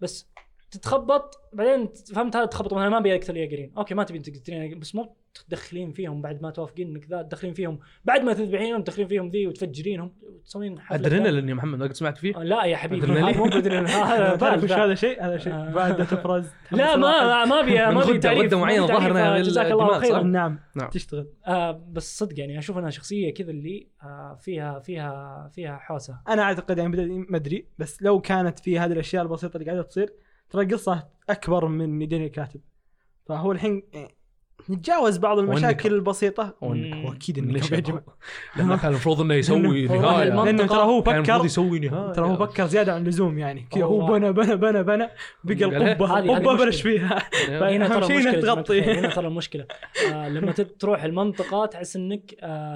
بس تتخبط بعدين فهمت هذا تخبط انا ما ابي اقتل ياجرين اوكي ما تبي تقتلين بس مو تدخلين فيهم بعد ما توافقين انك ذا تدخلين فيهم بعد ما تذبحينهم تدخلين فيهم ذي وتفجرينهم وتسوين حفلة ذا. ادرينالين يا محمد وقت سمعت فيه آه، لا يا حبيبي أدرينالين. هذا مو آه، ادرينالين هذا تعرف بال وش ذا. آه، هذا شيء هذا شيء آه. بعد تفرز لا ما ما- ما ابي من ما ابي غدة- تعريف غدة ما معينة أبي تعريف، ظهرنا آه، بال- جزاك الله الدماغ، صح؟ خيرا نعم نعم. تشتغل آه بس صدق يعني اشوف انها شخصيه كذا اللي آه فيها فيها فيها حوسه انا اعتقد يعني بدأ ما ادري بس لو كانت في هذه الاشياء البسيطه اللي قاعده تصير ترى القصه اكبر من يدين الكاتب فهو الحين يعني نتجاوز بعض المشاكل البسيطه هو النكهة. مم. هو اكيد ليش النكهة يا جماعه لانه كان المفروض انه يسوي لأنه- والله نهايه المنطقة- كان لانه ترى هو المفروض فكر يسوي نهايه ترى هو فكر زياده عن اللزوم يعني كذا هو والله. بنى بنى بنى بنى بقى قال هذه- القبه هذه القبه بلش مشكلة. فيها يعني هنا أهم ترى شيء المشكله إنك جماعة تغطي. الخير، هنا ترى المشكله آه لما تت- تروح المنطقه تحس انك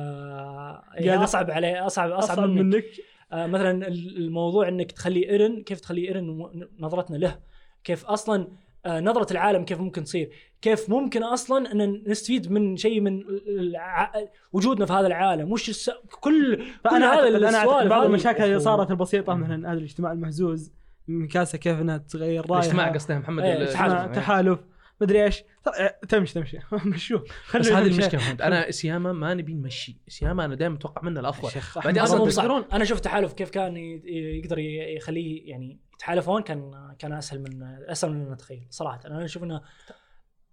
آه قاعد- يعني اصعب علي اصعب اصعب, اصعب منك, منك آه مثلا ال- الموضوع انك تخلي ايرن كيف تخلي ايرن و- نظرتنا له كيف اصلا آه نظره العالم كيف ممكن تصير كيف ممكن اصلا ان نستفيد من شيء من الع... وجودنا في هذا العالم وش الس... كل كل فانا هذا اعتقد انا اعتقد السوالف بعض هذه- المشاكل اللي صارت البسيطه مثلا هذا الاجتماع المهزوز مكاسه كيف انها تغير رايها الاجتماع قصدي محمد إيه، ال- الاجتماع، اجتماع، تحالف مدري ايش ترى- تمشي تمشي مشوه بس هذه المشكله فهمت انا سياما ما نبي نمشي سياما انا دائما اتوقع منه الافضل بعدين هذا أصلاً مو صعب. تذكرون- انا شفت تحالف كيف كان ي- يقدر ي- يخليه يعني يتحالفون كان كان اسهل من اسهل من اتخيل صراحه انا اشوف انه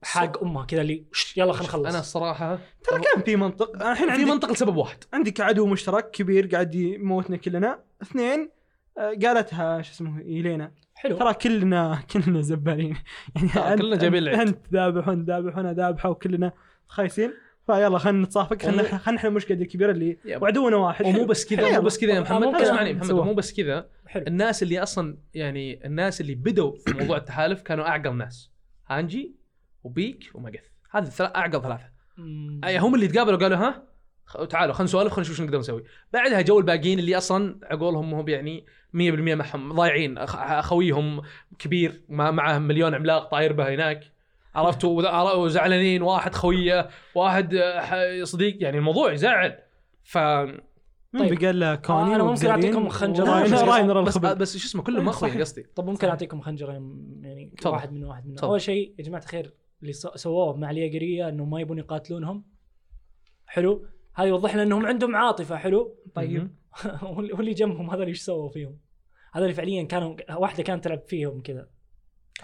حق امها كذا اللي "شش، يلا خلينا انا نخلص الصراحه ترى كان في منطق أنا الحين في عندي منطق لسبب واحد عندك عدو مشترك كبير قاعد يموتنا كلنا اثنين آه، قالتها شو اسمه الينا حلو ترى كلنا كلنا زبالين آه، يعني كلنا جايبين العيد. انت ذابح وانت ذابح وانا ذابحه وكلنا خايسين فيلا خلينا نتصافق خلينا ومو- خلينا نحل المشكله الكبيره اللي يب. وعدونا واحد ومو حلو. بس كذا حلو. مو بس كذا يا محمد ممكن اسمعني محمد نسوها. مو بس كذا حلو الناس اللي اصلا يعني الناس اللي بدوا في موضوع التحالف كانوا اعقل ناس هانجي وبيك ومقث هذه الثلاث اعقل ثلاثه مم. أي هم اللي تقابلوا قالوا ها خ- تعالوا خلينا نسولف خلينا نشوف شو نقدر نسوي بعدها جو الباقيين اللي اصلا عقولهم هم يعني 100% معهم ضايعين أخ- اخويهم كبير ما معه مليون عملاق طاير به هناك عرفت وذ- وزعلانين واحد خويه واحد آه، ح- صديق يعني الموضوع يزعل ف من طيب. بقى له كوني آه، أنا ممكن وبزرين أعطيكم خنجر. وراين- بس- راين بس, الخبز بس شو اسمه كلهم اخوي صحيح. قصدي طب ممكن اعطيكم خنجرين يعني تفضل. واحد من واحد منه تفضل. اول شيء يا جماعه الخير اللي سو- سووه مع الياقريه انهم ما يبون يقاتلونهم حلو هذا يوضح لنا انهم عندهم عاطفه حلو طيب. مهم. واللي واللي جنبهم هذول ايش سووا فيهم؟ هذول فعليا كانوا واحده كانت تلعب فيهم كذا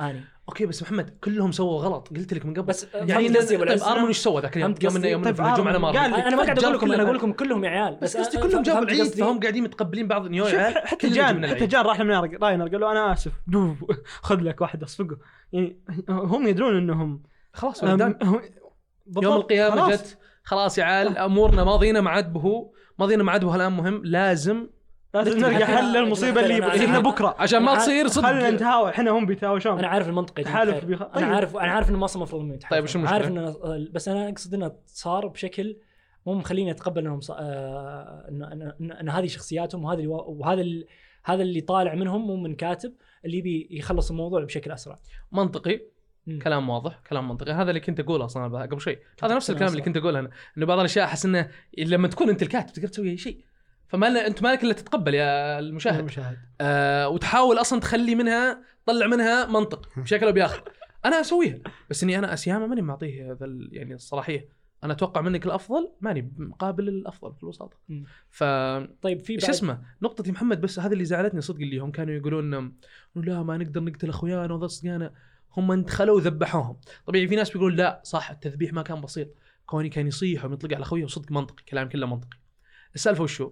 اني اوكي بس محمد كلهم سووا غلط قلت لك من قبل بس يعني فهمت إن- قصدي ولا طيب بس؟ ارمون ايش سوى ذاك اليوم فهمت يوم قصدي؟ انه يوم إنه طيب في الهجوم آرمون على قال مارفل لي انا ما قاعد اقول لكم انا اقول لكم كلهم يا عيال بس أنا- قصدي أنا كلهم أه، جابوا فهمت العيد قصدي؟ فهم قاعدين متقبلين بعض نيو شوف عيال حتى كلنا جبنا جان حتى العيد. جان راح لمن راينر قال له انا اسف دوب خذ لك واحد اصفقه يعني هم يدرون انهم خلاص أم- ولدان. هم- يوم بالضبط، القيامه خلاص. جت خلاص يا عيال امورنا ماضينا ما عاد بهو ماضينا ما عاد بهو الان مهم لازم لازم نلقى نتفق. حل للمصيبه اللي نتفق. بتصيرنا أنا- بكره عشان ما عاد- تصير خلينا صدق نتهاوى احنا هم بيتهاوشون انا عارف المنطقه دي تحالف خير. بيخ- طيب. انا عارف انا عارف انه ما اصلا المفروض انه يتحالف طيب، وش المشكلة؟ عارف انه بس انا اقصد انه صار بشكل مو مخليني اتقبل انهم ص... آه، ان ان ان, إن هذه شخصياتهم وهذا اللي وهذا ال... هذا اللي طالع منهم مو من كاتب اللي يبي يخلص الموضوع بشكل اسرع منطقي مم. كلام واضح كلام منطقي هذا اللي كنت اقوله اصلا أنا قبل شوي هذا نفس تقول الكلام أصلاً. اللي كنت اقوله انا انه بعض الاشياء احس انه لما تكون انت الكاتب تقدر تسوي اي شيء فما ل- انت مالك الا تتقبل يا طيب. المشاهد مشاهد آه وتحاول اصلا تخلي منها تطلع منها منطق بشكل او باخر انا اسويها بس اني انا اسياما ماني معطيه هذا ال- يعني الصلاحيه انا اتوقع منك الافضل ماني مقابل الافضل في الوساطه مم. ف طيب في شو اسمه نقطتي محمد بس هذا اللي زعلتني صدق اللي هم كانوا يقولون إنه لا ما نقدر نقتل اخويانا وذا صدقانا هم دخلوا وذبحوهم طبيعي في ناس بيقولون لا صح التذبيح ما كان بسيط كوني كان يصيح ويطلق على اخويه وصدق منطقي كلام كله منطقي السالفه وشو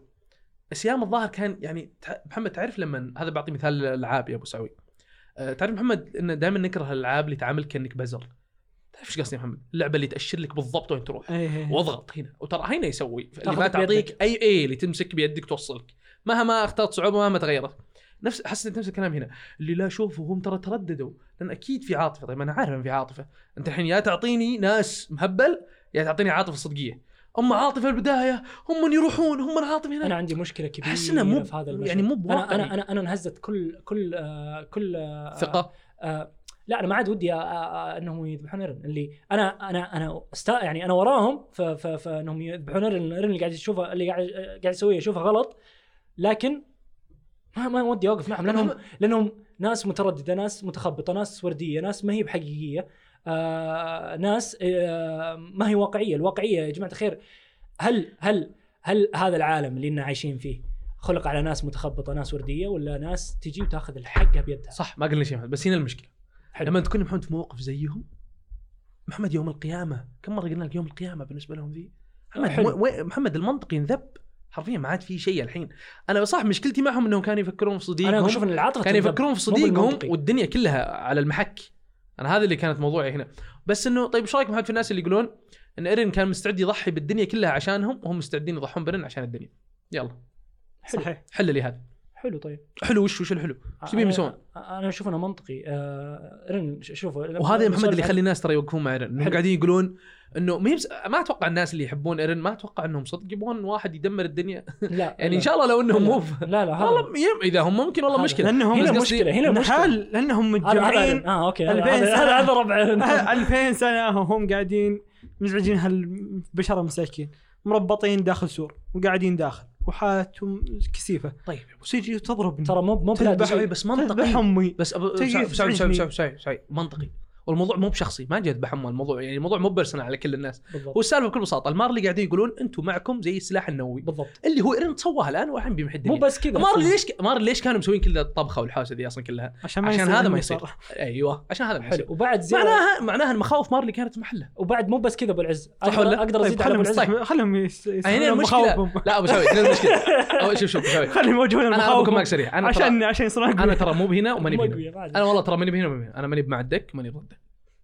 السيام الظاهر كان يعني تع- محمد تعرف لما هذا بعطي مثال الالعاب يا ابو سعوي أه، تعرف محمد ان دائما نكره الالعاب اللي تعاملك كانك بزر تعرف ايش قصدي يا محمد اللعبه اللي تاشر لك بالضبط وين تروح طيب. إيه. واضغط هنا وترى هنا يسوي اللي ما تاخذ تعطيك اي اي اللي تمسك بيدك توصلك مهما اخترت صعوبه مهما تغيرت نفس حسيت نفس الكلام هنا اللي لا شوفوا هم ترى ترددوا لان اكيد في عاطفه طيب انا عارف ان في عاطفه انت الحين يا تعطيني ناس مهبل يا تعطيني عاطفه صدقيه اما عاطفه البدايه هم من يروحون هم العاطفه هنا انا عندي مشكله كبيره أحس إنه مو- في هذا يعني المشهد. مو بواقعي. انا انا انا, أنا انهزت كل كل آه كل آه ثقه آه لا انا ما عاد ودي آه آه انهم يذبحون ايرن اللي انا انا انا است... يعني انا وراهم ف... ف... فانهم يذبحون ايرن ايرن اللي قاعد يشوفه اللي قاعد آه، قاعد يسويه يشوفه غلط لكن ما ما ودي اوقف معهم لانهم لانهم ناس متردده ناس متخبطه ناس ورديه ناس ما هي بحقيقيه آه ناس آه ما هي واقعيه الواقعيه يا جماعه الخير هل هل هل هذا العالم اللي احنا عايشين فيه خلق على ناس متخبطه ناس ورديه ولا ناس تجي وتاخذ الحقها بيدها صح ما قلنا شيء محمد، بس هنا المشكله حلو. لما تكون محمد في موقف زيهم محمد يوم القيامه كم مره قلنا لك يوم القيامه بالنسبه لهم ذي محمد آه، حلو. مو- وين- محمد المنطق ينذب حرفيا ما عاد في شيء الحين انا صح مشكلتي معهم انهم كانوا يفكرون في صديقهم انا اشوف ان العاطفه كانوا تنذب. يفكرون في مو صديقهم بالمنطقي. والدنيا كلها على المحك انا هذا اللي كانت موضوعي هنا بس انه طيب ايش رايك محمد في الناس اللي يقولون ان ايرن كان مستعد يضحي بالدنيا كلها عشانهم وهم مستعدين يضحون بيرن عشان الدنيا يلا حلو. صحيح حل لي هذا حلو طيب حلو وش وش الحلو ايش تبيهم أنا- يسوون؟ انا اشوف انه منطقي آه، رن ش- شوف وهذا يا لما محمد اللي سولف يخلي الناس ترى يوقفون مع ايرن انهم حلو. قاعدين يقولون انه ما يبس... ما اتوقع الناس اللي يحبون ايرن ما اتوقع انهم صدق يبغون واحد يدمر الدنيا عن- لا يعني لا. ان شاء الله لو انهم مو لا لا هذا والله يم... اذا هم ممكن والله هذا. مشكله لانهم بس هنا قصدي- مشكله هنا مشكله نحل لانهم هذا- هذا متجمعين رن. اه اوكي هذا- ألفين هذا سنة. هذا- هذا ربع رن. 2000 سنه وهم قاعدين مزعجين هالبشر المساكين مربطين داخل سور وقاعدين داخل وحالتهم كسيفه طيب يا أبو وتجي تضربني ترى مو مو بلاد تذبح- شيء. سعود، بس تذبح منطقي امي بس أبو تجي سعود سعود تزعجني. سعود سعود سعود سعود منطقي والموضوع مو بشخصي ما جاي يذبح أمه، الموضوع يعني الموضوع مو بيرسونال على كل الناس بالضبط هو السالفه بكل بساطه المار اللي قاعدين يقولون انتم معكم زي السلاح النووي بالضبط اللي هو ايرن سواها الان والحين بيمحي مو الدنيا بس كذا مار ليش مار ليش كانوا مسوين كل الطبخه والحوسه ذي اصلا كلها عشان يصير هذا ما عندي يصير. صراحة. ايوه عشان هذا ما حلو يصير. وبعد زي معناها معناها ان مخاوف مارلي كانت محله وبعد مو بس كذا ابو العز صح ولا اقدر لا؟ اقدر ازيد طيب على ابو خلهم العز طيب. يستحمل- خلهم يس- هنا يسمعون المشكله مخاوبهم لا ابو سعود هنا المشكله أو شوف شوف أبو سعود خليهم يواجهون انا المخاوف بكون معك سريع انا ترى عشان عشان يصيرون انا ترى مو بهنا وماني بهنا مقوي، بعد. انا والله ترى ماني بهنا وماني بهنا انا ماني مع الدك ماني ضده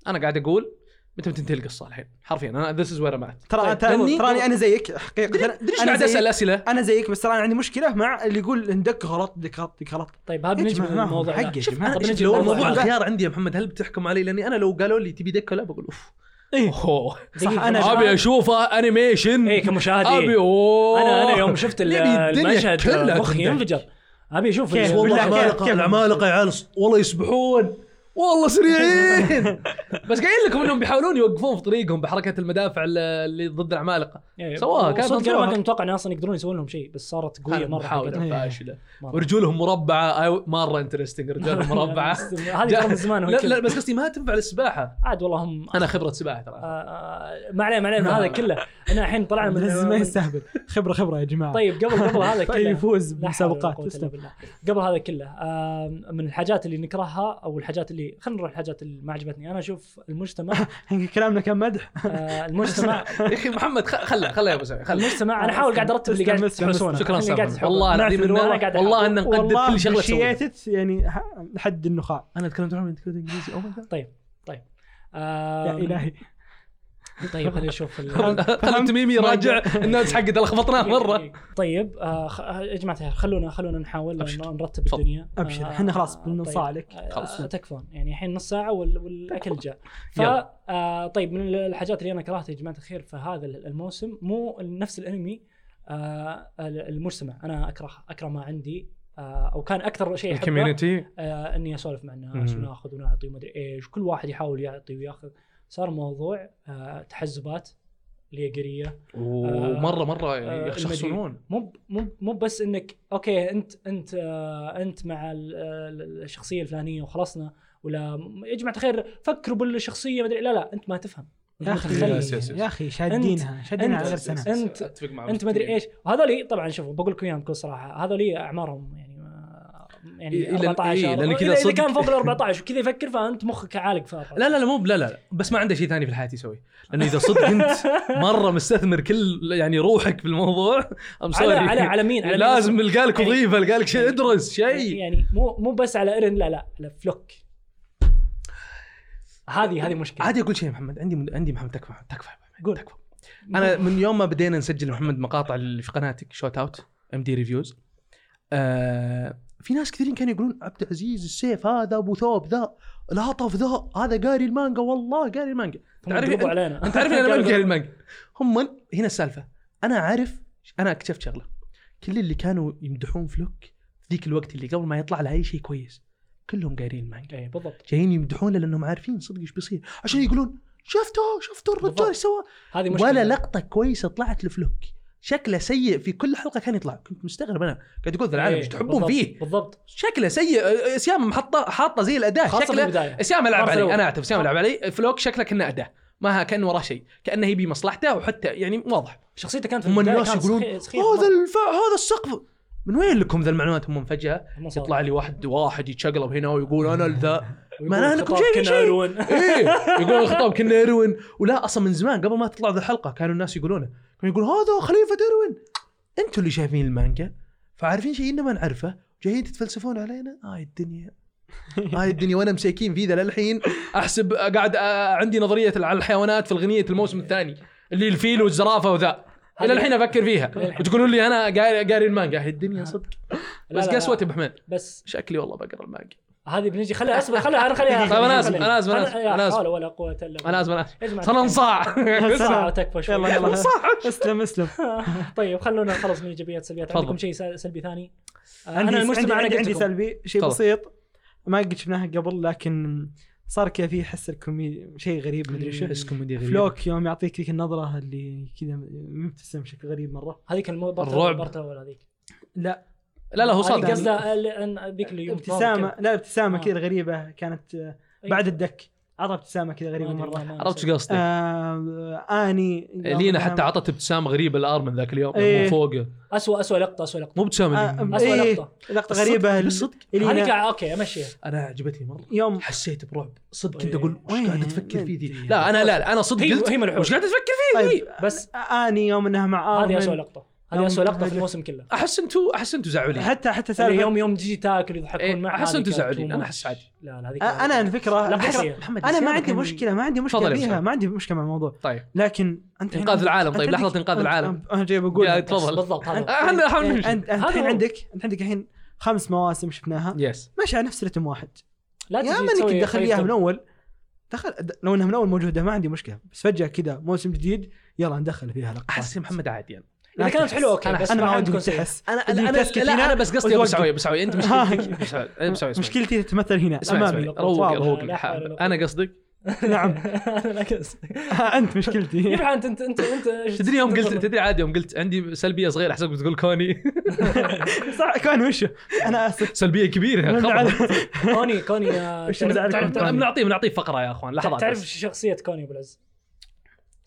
انا قاعد اقول متى بتنتهي القصه الحين حرفيا انا ذس از وير ام ترى طيب، ترى- لأني- تراني انا زيك حقيقه ادري ايش انا قاعد اسال زيك اسئله انا زيك بس ترى أنا عندي مشكله مع اللي يقول اندك غلط دك غلط دك غلط طيب هذا يا نجم جماعة، الموضوع حقي. لا. شوف جماعة، أنا طب نجي لو للموضوع. موضوع الخيار عندي يا محمد هل بتحكم علي لاني انا لو قالوا لي تبي دك ولا بقول إيه. اوف اوه دقيقة. صح، أنا ابي شباب. اشوفه انيميشن اي كمشاهد إيه. ابي اوه انا انا يوم شفت ال- يبي الدنيا المشهد كلها مخي تنضج. ينفجر ابي اشوف كيف؟ ال- والله بالله، كيف- كيف؟ يا عيال والله يسبحون والله سريعين بس قايل لكم انهم بيحاولون يوقفون في طريقهم بحركه المدافع ال- اللي ضد العمالقه إيه، سواها، كانت صدق انا مصروفة. ما كنت متوقع اني اصلا يقدرون يسوون لهم شيء بس صارت قويه مره محاوله حقتهم. إيه. فاشله مرة. ورجولهم مربعه أيوة، مره انترستنج رجولهم مربعه هذه ترى من زمان لا لا بس قصدي ما تنفع للسباحه عاد والله هم انا خبره سباحه ترى آه، ما عليه ما عليه من لا، هذا لا. كله انا الحين طلعنا من لازم ما من- يستهبل خبره خبره يا جماعه طيب قبل قبل هذا كله يفوز لا حول ولا بمسابقات قوة إلا بالله. قبل هذا كله آم، من الحاجات اللي نكرهها او الحاجات اللي خلينا نروح الحاجات اللي ما عجبتني انا اشوف المجتمع الحين كلامنا كان مدح آه، المجتمع يا اخي محمد خ- خله خله يا ابو سعيد خله المجتمع انا احاول قاعد ارتب اللي قاعد استمس- استمس. تحوسونه شكرا اللي قاعد سامر تحوسونه. والله نعرف العظيم إن إنه- أنا قاعد أحاول. والله ان نقدر والله كل شغله تسويها. appreciated يعني ح- حد النخاع انا اتكلم انجليزي اوه آم، يا الهي طيب خلينا نشوف ال- خلي تميمي راجع الناس حقته لخبطناه مره طيب آه خ- آه، يا جماعه الخير، خلونا خلونا نحاول أبشر. إنه نرتب تفضل. الدنيا أبشر، آه، إحنا خلاص آه، بننصاع طيب. عليك. آه، خلاص. تكفون يعني الحين نص ساعه وال- والاكل جاء ف يلا. آه، طيب من الحاجات اللي انا كرهتها يا جماعه الخير في هذا الموسم مو نفس الانمي آه، المجتمع انا اكره اكره ما عندي آه، او كان اكثر شيء أحبه الكوميونتي آه اني اسولف مع الناس مم. وناخذ ونعطي ومدري ايش كل واحد يحاول يعطي وياخذ صار موضوع آه تحزبات ليقريه ومره مره آه، يخشخصون مو ب- مو ب- مو بس انك اوكي انت انت آه انت مع ال- ال- الشخصيه الفلانيه وخلصنا ولا م- يا جماعه الخير فكروا بالشخصيه مدري لا لا انت ما تفهم أنت يا اخي متخلف. يس، يس، يس. يا اخي شادينها شادينها على غير سنه أنت- اتفق مع انت مستمعين. مدري ايش وهذول طبعا شوفوا بقول لكم اياهم بكل صراحه هذول اعمارهم يعني ما- يعني إيه، لأن- 14 إيه، لأن إذا- كذا اذا صدق. كان فوق ال 14 وكذا يفكر فانت مخك عالق في 14. لا لا لا مو ب- لا لا بس ما عنده شيء ثاني في الحياه يسوي لانه اذا صدق انت مره مستثمر كل يعني روحك في الموضوع ام على على على مين على مين لازم أصلاً؟ القى لك يعني- وظيفه القى لك شيء يعني- ادرس إيه. شيء يعني مو مو بس على ايرن لا لا على فلوك هذه هذه مشكله عادي اقول شيء يا محمد عندي عندي محمد تكفى محمد، تكفى يا محمد، قول. تكفى انا من يوم ما بدينا نسجل محمد مقاطع اللي في قناتك شوت اوت ام دي ريفيوز آه في ناس كثيرين كانوا يقولون عبد العزيز السيف هذا ابو ثوب ذا الهطف ذا هذا قاري المانجا والله قاري المانجا هم تعرف- يقلبوا علينا انت عارف إن انا ما قالوا- بقرا المانجا هم من هنا السالفه انا عارف انا اكتشفت شغله كل اللي كانوا يمدحون فلوك في ذيك الوقت اللي قبل ما يطلع له اي شيء كويس كلهم قارين المانجا اي بالضبط جايين يمدحونه لانهم عارفين صدق ايش بيصير عشان يقولون شفتوا شفتوا الرجال بالضبط. ايش سوى هذه مشكله ولا لقطه كويسه طلعت لفلوك شكله سيء في كل حلقه كان يطلع كنت مستغرب انا قاعد اقول ذا العالم إيه، ايش تحبون بالضبط، فيه بالضبط شكله سيء اسيام محطه حاطه زي الاداه خاصه في شكله البدايه اسيام العب مرة علي الأولى. انا اعترف اسيام العب علي فلوك شكله كانه اداه ما ها- كان وراه شيء كانه يبي مصلحته وحتى يعني واضح شخصيته كانت في هم البدايه الناس كانت يقولون سخي- سخيفة هذا مرة. الف... هذا السقف من وين لكم ذا المعلومات هم فجاه هم صار. يطلع لي واحد واحد يتشقلب هنا ويقول انا ذا ويقول ما لكم الخطاب شيء- كنا شيء. أروان. ايه يقول الخطاب كنا ايروين ولا اصلا من زمان قبل ما تطلع ذا الحلقه كانوا الناس يقولونه كانوا يقول هذا خليفه ايروين انتوا اللي شايفين المانجا فعارفين شيء ما نعرفه جايين تتفلسفون علينا هاي الدنيا هاي الدنيا وانا مساكين في ذا للحين احسب قاعد آه، عندي نظريه على الحيوانات في الغنيه الموسم الثاني اللي الفيل والزرافه وذا الى الحين افكر فيها إلى الحين. وتقولون لي انا قاري قاري المانجا هاي الدنيا صدق لا، بس لا، لا. قسوت يا ابو حميد بس شكلي والله بقرا المانجا هذه بنجي خليها اصبر خليها انا خليها طيب، أنا آسف، أنا آسف، أنا آسف، أنا آسف. ولا ولا قوه الا بالله انا لازم انا يا جماعة صار انصاع سنة تكفى شوي يلا يلا صح اسلم اسلم طيب خلونا نخلص من ايجابيات سلبيات تفضل. عندكم شيء سل- سلبي ثاني؟ آه، عندي انا المجتمع عندي, انا عندي قلت لكم. سلبي شيء تفضل. بسيط ما قد شفناها قبل لكن صار كذا في حس الكوميديا شيء غريب مدري شو احس كوميديا فلوك يوم يعطيك ذيك النظره اللي كذا مبتسم بشكل غريب مره هذيك المو- برتا- الرعب. برتا ولا هذيك لا لا لا هو هذه صادق يعني قصده ال- أن- ذيك اليوم ابتسامه لا ابتسامه آه. كذا غريبه كانت آه، طيب. بعد الدك عطى ابتسامه كذا غريبه مره عرفت شو قصدي إيه، آه اني لينا آه، حتى عطت ابتسامه غريبه لارمن ذاك اليوم إيه. من فوق اسوء اسوء لقطه اسوء لقطه مو ابتسامه آه اللي- أسوأ إيه، لقطة. لقطه غريبه بس صدق اللي هذيك هنا اوكي امشيها انا عجبتني مره يوم حسيت برعب صدق كنت إيه. اقول وش وين؟ قاعده تفكر فيه ذي مدري. لا انا لا لا انا صدق هي- قلت هي ملعوبة. وش قاعده تفكر فيه ذي طيب بس اني يوم انها آه، مع هذه اسوء ارمن لقطه هذه اسوء لقطه في الموسم كله احس انتوا احس انتوا زعلولين حتى حتى اللي سالفه يوم يوم تجي تاكل إيه، يضحكون معك أحس هذه أنتم كانت زعلانين، too أنا much. أحس آه، عادي. لا لا هذيك انا الفكره لا، أحس- بس- محمد انا ما السيارة عندي كان- مشكله ما عندي مشكله تفضل يا فيها أستاذ. ما عندي مشكله مع الموضوع طيب لكن انت إنقاذ هنا- العالم، أنت طيب، لحظة عندك- إنقاذ أنت- العالم. انا جاي بقول يا، لك. تفضل. بالضبط هذا آه، خلنا خلنا انت نمشي أنت الحين هذا هو. عندك انت عندك الحين خمس مواسم شفناها يس ماشي على نفس رتم واحد لا يا تجي اما تسوي انك تدخل اياها خيط. من اول دخل د- لو انها من اول موجوده ما عندي مشكله بس فجاه كذا موسم جديد يلا ندخل فيها لقطات احس يا محمد عادي يعني. اذا لا كانت تحس. حلوه اوكي أنا بس انا ما ما عندي تكون ودي سيئة. تحس انا تجيب انا تاسك لا هنا انا بس قصدي ابو وتوقف. سعويه ابو سعويه انت مشكلتك أبو سعوية، آه، أبو سعوية، اسمع مشكلتي تتمثل هنا اسمع اسمع امامي لا روق قوة. روق لا حول ولا قوة. انا قصدك نعم أنا كذا. انت مشكلتي يبقى انت انت انت انت إيش تدري يوم قلت تنتظر؟ تدري عادي يوم قلت عندي سلبيه صغيره حسبت بتقول كوني صح كان وشه انا اسف سلبيه كبيره خبر. كوني كوني آه، وش تعرف- مزعلك؟ تعرف- تعرف- بنعطيه بنعطيه فقره يا اخوان لحظات تعرف بس. شخصية كوني ابو العز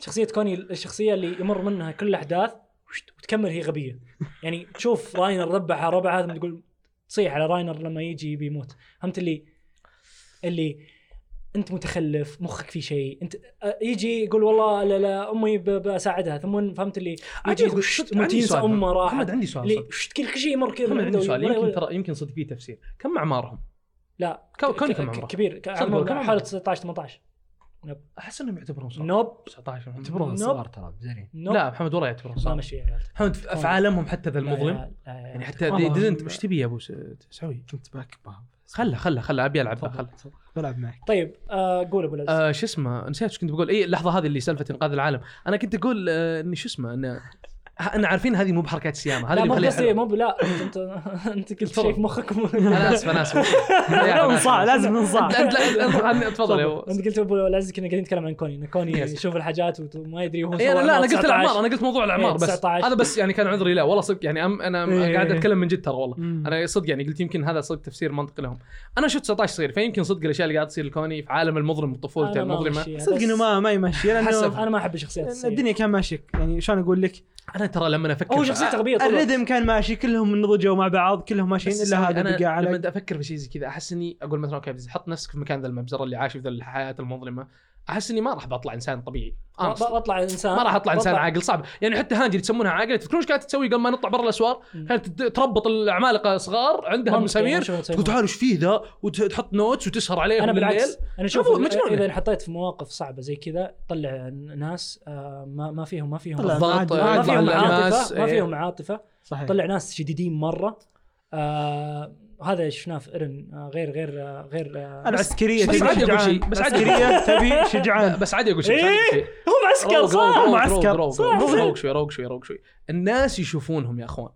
شخصية كوني الشخصية اللي يمر منها كل الاحداث وشت- وتكمل هي غبية يعني تشوف راينر ربعها ربعها ثم تقول تصيح على راينر لما يجي بيموت فهمت اللي اللي انت متخلف مخك في شيء انت أ- يجي يقول والله لا لا امي ب- بساعدها ثم فهمت اللي يجي عندي- يقول شت- شت عندي متى ينسى سؤال. امه راحت محمد عندي سؤال اللي صدق. شت كل كل شيء يمر كذا من محمد عندي عنده سؤال ولا- يمكن ولا- ترى يمكن صدق فيه تفسير كم اعمارهم؟ لا كو- كوني ك- كم ك- عمره؟ كبير ك- صدق والله، عمره كم حوالي عمره؟ 19 18 نب. احس انهم يعتبرون صغار نوب 19 محمد. يعتبرون Nope. صغار ترى بزين نوب لا محمد والله يعتبرون ما صغار مشي يعني. يا عيال محمد في افعالهم حتى ذا المظلم يعني يعني حتى والله ديدنت هم- وش تبي يا ابو س- سعوي كنت بكبر خله خله خله ابي العب خله تفضل، تفضل. بلعب معك طيب آه قول ابو العز آه شو اسمه نسيت ايش كنت بقول اي اللحظه هذه اللي سالفه انقاذ العالم انا كنت اقول آه، ان شو اسمه ان ان عارفين هذه مو بحركات سيامه هذا لا اللي مو مخليها قصدي حلوة. مو ب- لا انت انت كل تفضل. شيء في مخك مو- انا اسف انا اسف لا انصاع لازم انصاع لا، لا، لا، لا، تفضل يا أبو. انت قلت ابو العز كنا قاعدين نتكلم عن كوني ان كوني Yes. يشوف الحاجات وت- وما يدري هو إيه، صور انا لا انا قلت 19. الاعمار انا قلت موضوع الاعمار إيه، بس 19. هذا بس يعني كان عذري لا والله صدق يعني أم- انا إيه. قاعد اتكلم من جد ترى والله مم. انا صدق يعني قلت يمكن هذا صدق تفسير منطقي لهم انا شفت 19 صغير فيمكن صدق الاشياء اللي قاعد تصير الكوني في عالم المظلم وطفولته أنا ما المظلمه أمشيها، صدق بس انه ما ما يمشي حسب. لانه انا ما احب الشخصيات السيئه الدنيا كان ماشي يعني شلون اقول لك انا ترى لما افكر هو في- شخصيته غبيه طبعاً. الريتم كان ماشي كلهم نضجوا مع بعض كلهم ماشيين بس الا سامي، هذا انا بقى لما على بدي افكر في شيء زي كذا احس اني اقول مثلا اوكي بس حط نفسك في مكان ذا المبزره اللي عايش في ذا الحياه المظلمه احس اني ما راح بطلع انسان طبيعي ب- honestly. آه، بطلع انسان ما راح اطلع انسان بطلع- عاقل صعب يعني حتى هانجي اللي تسمونها عاقله تفكرون ايش كانت تسوي قبل ما نطلع برا الاسوار مم. كانت تد- تربط العمالقه صغار عندها منطقي، مسامير أنا شو بتسوي؟ تقول تعال ايش فيه ذا وتحط نوتس وتسهر عليهم انا بالعكس بالليل. انا شوف مجنون- مجنون. اذا انحطيت في مواقف صعبه زي كذا طلع ناس آه، ما ما فيهم ما فيهم طلع ما الضغط عادي. آه، ما يطلع فيهم الناس عاطفه ما إيه. فيهم عاطفه صحيح طلع ناس شديدين مره آه هذا شفناه في ايرن آه، غير غير آه، غير آه، العسكريه بس تبي عادي أقول شيء، شجعان بس بس عادي. عسكريه تبي شجعان بس عادي اقول شيء بس عادي أقول شيء. هو معسكر روق- روق- صح روق- معسكر. روق- روق- صح. روق- صح. روق شوي روق شوي روق شوي الناس يشوفونهم يا اخوان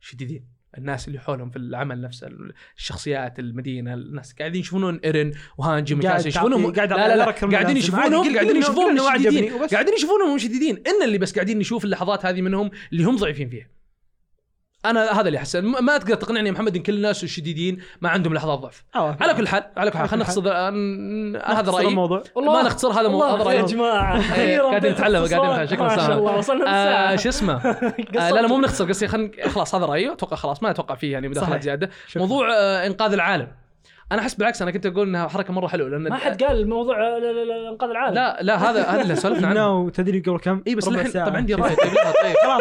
شديدين الناس اللي حولهم في العمل نفسه الشخصيات المدينه الناس قاعدين يشوفون ايرن وهانجي ومكاسي قاعد يشوفونهم تعطي- قاعد لا لا لا أعطي أكثر من قاعدين لازم. عادي، يشوفونهم قل- قاعدين قلنا- يشوفونهم قلنا شديدين عجبني وبس. قاعدين يشوفونهم مشددين ان اللي بس قاعدين نشوف اللحظات هذه منهم اللي هم ضعيفين فيها انا هذا اللي احسه ما ما تقدر تقنعني يا محمد ان كل الناس الشديدين ما عندهم لحظات ضعف أوه. على كل حال على كل حال خلينا على كل نختصر أن- هذا نختصر رايي الموضوع ما نختصر هذا مو- هذا والله يا رايي جماعه أخيراً قاعدين نتعلم، بالاختصار. قاعدين نتعلم. شكراً ما سلام. شاء الله وصلنا آه، للساعه شو اسمه آه، لا لا مو بنختصر قصدي خلينا خلاص هذا رايي اتوقع خلاص ما اتوقع فيه يعني مداخلات صحيح. زياده شكراً. موضوع آه، انقاذ العالم انا احس بالعكس انا كنت اقول انها حركه مره حلوه لان ما حد قال الموضوع آه، لا- لا- لا، انقاذ العالم لا لا هذا هذا اللي سولفنا قلنا عنه وتدري قبل كم اي بس ربع الحين ساعة. طب عندي راي طيب يلا، طيب خلاص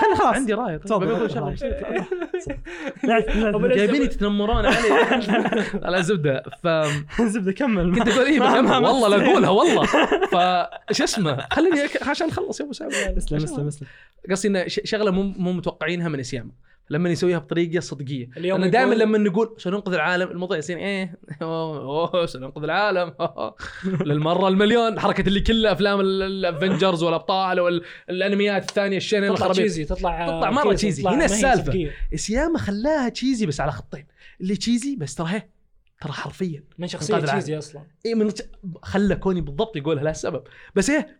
خلينا خلاص عندي راي طيب تفضل، بقول تفضل. شغلة. لا- لا- أبو العز- جايبيني تتنمرون علي على زبده ف زبده كمل كنت اقول ايه ما- بكمل ما- ما والله لا تستاهل. اقولها والله فش اسمه خليني أك- عشان نخلص يا ابو سعود اسلم اسلم اسلم قصدي انه ش- شغله مو مو متوقعينها من اسيام لما يسويها بطريقه صدقيه اليوم انا دائما يقول- لما نقول سننقذ العالم الموضوع يصير ايه أوه، اوه سننقذ العالم للمره المليون حركه اللي كلها افلام الافنجرز والابطال والانميات الثانيه الشين تطلع الخرابيط تشيزي تطلع آه، تطلع مرة كيزي، cheesy. تطلع هنا ما هي السالفة. صدقية. اسياما خلاها تشيزي بس على خطين اللي تشيزي بس ترى هي ترى حرفيا من شخصيه انقاذ العالم. تشيزي اصلا اي من خلى كوني بالضبط يقولها لها السبب بس ايه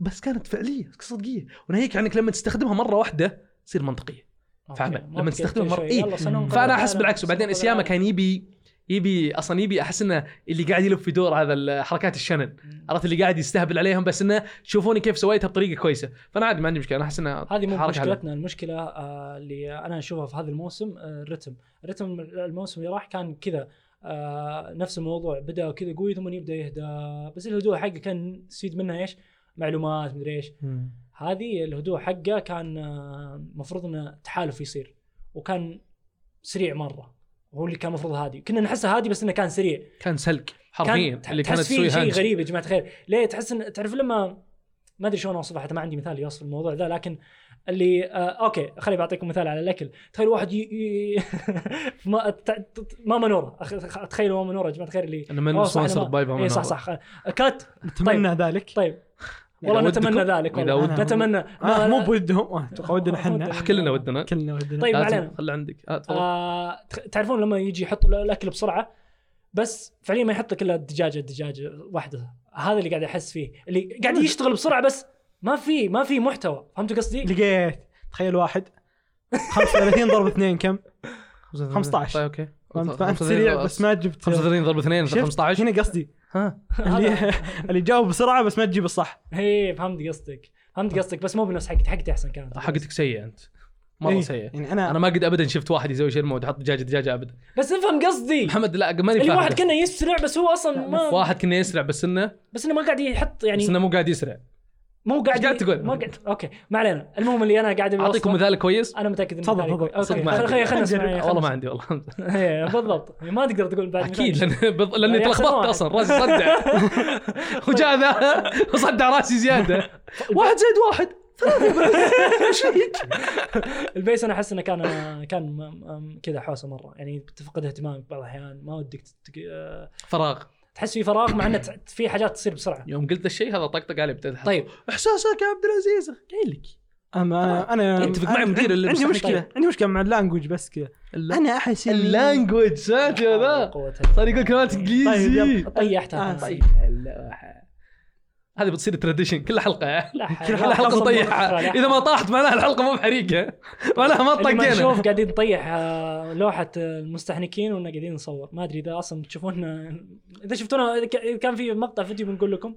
بس كانت فعليه صدقيه وناهيك عنك يعني لما تستخدمها مره واحده تصير منطقيه فعمل. أوكي، لما ممكن تستخدمه كل مرة- شوي. إيه. يلا سننقذ فانا العالم، احس بالعكس وبعدين سننقذ اسياما العالم. كان يبي يبي اصلا يبي احس انه اللي قاعد يلف في دور هذا ال- حركات الشنن عرفت اللي قاعد يستهبل عليهم بس انه شوفوني كيف سويتها بطريقه كويسه فانا عادي ما عندي مشكله انا احس انه هذه مو حركة حلوة. مشكلتنا المشكله آه، اللي انا اشوفها في هذا الموسم آه، الرتم الرتم الموسم اللي راح كان كذا آه، نفس الموضوع بدا كذا قوي ثم يبدا يهدى بس الهدوء حقه كان يستفيد منه ايش معلومات مدري ايش هذه الهدوء حقه كان المفروض انه تحالف يصير وكان سريع مره هو اللي كان المفروض هادي كنا نحسه هادي بس انه كان سريع كان سلك حرفيا كان اللي كانت تحس تسوي فيه شيء هانج غريب يا جماعه الخير ليه تحس ان تعرف لما ما ادري شلون اوصفها حتى ما عندي مثال يوصف الموضوع ذا لكن اللي آه اوكي خليني بعطيكم مثال على الاكل تخيل واحد ي... ي... ما ت- ت- ما منوره أخ- تخيلوا ما منوره يا جماعه الخير اللي انه من أوه، صح، أنا سبونسر ما- باي بامانة. اي صح صح أه، كات نتمنى ذلك طيب إذا والله نتمنى ودكم- ذلك إذا والله ودكم. نتمنى آه، لا- مو بودهم آه، اتوقع ودنا احنا كلنا ودنا كلنا ودنا طيب، ما لازم علينا. خلي عندك آه، تفضل. آه تخ- تعرفون لما يجي يحط الاكل بسرعه بس فعليا ما يحط لك الا دجاجه دجاجه واحده هذا اللي قاعد احس فيه اللي قاعد يشتغل بسرعه بس ما في ما في محتوى فهمتوا قصدي؟ لقيت تخيل واحد 35 ضرب 2 كم؟ آه، 15. طيب اوكي فهمت فانت سريع بس ما جبت 35 ضرب 2 شفت؟ 15 هنا قصدي ها هذا- اللي اللي جاوب بسرعه بس ما تجيب الصح هي فهمت قصدك فهمت قصدك بس مو بنفس حقتي حقتي احسن كانت حقتك سيئه انت مره إيه، سيئه يعني انا انا ما قد ابدا شفت واحد يسوي شيرمه وتحط دجاجه دجاجه ابدا بس افهم قصدي محمد لا ماني اللي فاهم واحد كنا يسرع بس هو اصلا ما واحد كنا يسرع بس انه بس انه ما قاعد يحط بس يعني انه مو قاعد يسرع مو قاعد إيش قاعد تقول؟ مو قاعد اوكي ما علينا المهم اللي انا قاعد أبي اعطيكم أوصله- مثال كويس انا متاكد انه تفضل، مثالي تفضل. كوي- اوكي صدق ما خل- عندي. خلينا خلينا نسمع والله ما عندي والله إيه، بالضبط ما تقدر تقول بعد اكيد مثال. لان بض- لاني يعني أحسن تلخبطت واحد. اصلا راسي صدع وجاء ذا وصدع راسي زياده واحد زائد واحد البيس انا احس انه كان كان م- م- كذا حوسه مره يعني تفقد اهتمامك بعض الاحيان ما ودك تت- آه، فراغ تحس في فراغ مع انه ت- في حاجات تصير بسرعه يوم قلت الشيء هذا طقطق علي بتضحك طيب. احساسك يا عبد العزيز قايل لك اما انا اتفق معي مدير اللي عندي بيصحني. مشكله عندي مشكله مع اللانجوج بس كذا الل- انا احس إني- طيب. اللانجوج ساتر لا ذا قوة إلا صار يقول كلمات طيب، انجليزي يلا. طيحتها آه، طيب هذه بتصير تراديشن كل حلقه لا كل حلقه نطيحها اذا ما طاحت معناها الحلقه مو بحريقه معناها ما طقينا طقينا نشوف قاعدين نطيح آه، لوحه آه، المستحنكين وانا قاعدين نصور ما ادري اذا اصلا تشوفونا اذا شفتونا آه، إذا ك- اذا كان في مقطع فيديو بنقول لكم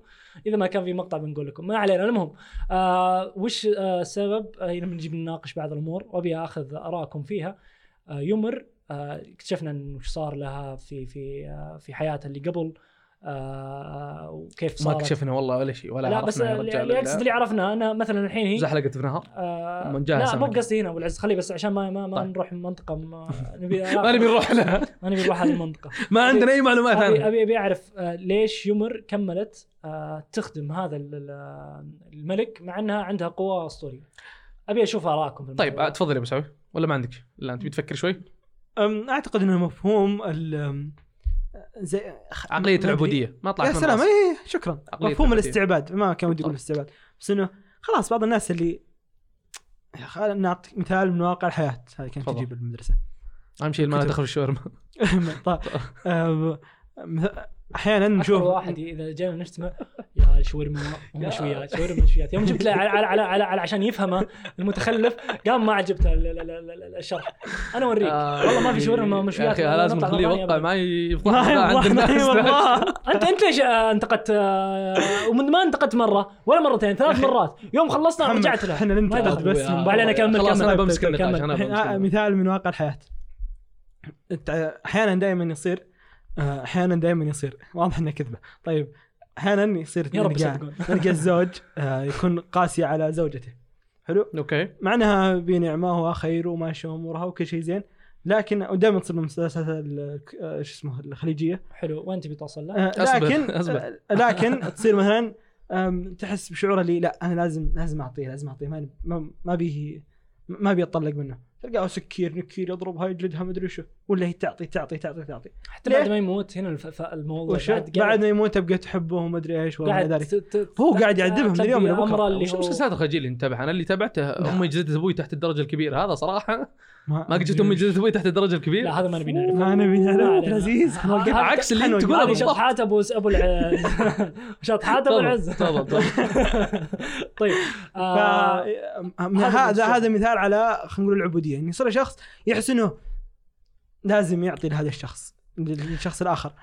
اذا ما كان في مقطع بنقول لكم ما علينا المهم آه وش آه السبب آه هنا بنجي بنناقش بعض الامور وابي اخذ ارائكم فيها آه يمر آه اكتشفنا إن وش صار لها في في آه في حياتها اللي قبل آه وكيف ما صارت اكتشفنا والله ولا شيء ولا لا بس عرفنا يا اللي رجال اللي اقصد إلا اللي عرفناه انا مثلا الحين هي زحلقت بنهار آه من جهة لا مو سمكة. بقصدي هنا والعز خليه بس عشان ما ما, ما طيب. نروح من منطقه ما نبي ما نبي نروح لها ما نبي نروح هذه المنطقه ما عندنا اي معلومات ابي عنها ابي ابي اعرف آه، ليش يمر كملت آه، تخدم هذا ال- ال- الملك مع انها عندها قوه اسطوريه ابي اشوف اراءكم في الموضوع. طيب آه، تفضل يا ابو سعود ولا ما عندك لا انت بتفكر شوي آه، أم، اعتقد انه مفهوم ال أم، زي خ- عقليه ما أدري. العبوديه ما طلعت يا من سلام راسي. اي شكرا عقلية مفهوم العبودية. طيب. الاستعباد ما كان ودي اقول بالضبط. الاستعباد بس انه خلاص بعض الناس اللي يا أخي، خلنا نعطيك مثال من واقع الحياه هذه كانت تفضل. تجي بالمدرسه اهم شيء ما كتب. دخل الشاورما طيب، أم، مث- احيانا اشوف نشوف واحد اذا جينا نجتمع يا شاورما ومشويات شاورما ومشويات يوم جبت له على على على, على, على عشان يفهمه المتخلف قام ما عجبته ال- ال- ال- ال- الشرح انا اوريك والله ما في شاورما يا ومشويات اخي لازم نطلع نخليه مرة ثانية يوقع أبداً. معي ما يفضح عند يوضح، ما الناس يوضح. انت انت ليش آه، انتقدت آه، ومن ما انتقدت مره ولا مرتين ثلاث مرات يوم خلصنا محمد، طيب، رجعت له احنا ننتقد ما أبوي، يدخل. بس آه، من- بعدين أكمل، خلاص كمل. انا بمسك كمل. النقاش انا بمسك الحين، آه، النقاش. مثال من واقع الحياه التع- احيانا دائما يصير آه، احيانا دائما يصير واضح انها كذبه طيب احيانا يصير يا رب نلقى- يصدقون. نلقى الزوج آه، يكون قاسي على زوجته حلو اوكي مع انها بنعماها خير وماشيه امورها وكل شيء زين لكن ودائما تصير من المسلسلات ال- آه، شو اسمه الخليجيه حلو وين تبي توصل له؟ آه، أصبر، لكن أصبر. آه، لكن تصير مثلا آم، تحس بشعور اللي لا انا لازم لازم اعطيه لازم اعطيه ما ما- ما بيه ما بيتطلق منه تلقاه سكير نكير يضربها يجلدها ما ادري شو ولا هي تعطي تعطي تعطي تعطي حتى بعد ليه؟ ما يموت هنا الف- ف- الموضوع وش بعد ما يموت ابقى تحبه وما ادري ايش وما قاعد إلى ذلك ت- ت- هو قاعد يعذبهم من تلقي اليوم إلى بكرة. أمره اللي وش هو- المسلسلات الخجيل اللي نتابعها انا اللي تابعته امي جلدت ابوي تحت الدرجه الكبيره هذا صراحه ما قد شفت امي جلدت ابوي تحت الدرجه الكبيره لا هذا ما نبي نعرفه ما نبي نعرف ما عبد علينا. العزيز آه، وقف. هذا- عكس اللي انت تقوله هذه بالضبط شطحات ابو ابو العز شطحات ابو العز تفضل تفضل طيب ف... آه، من هذا هذا المشكلة. هذا مثال على خلينا نقول العبوديه ان يصير شخص يحس انه لازم يعطي لهذا الشخص للشخص الاخر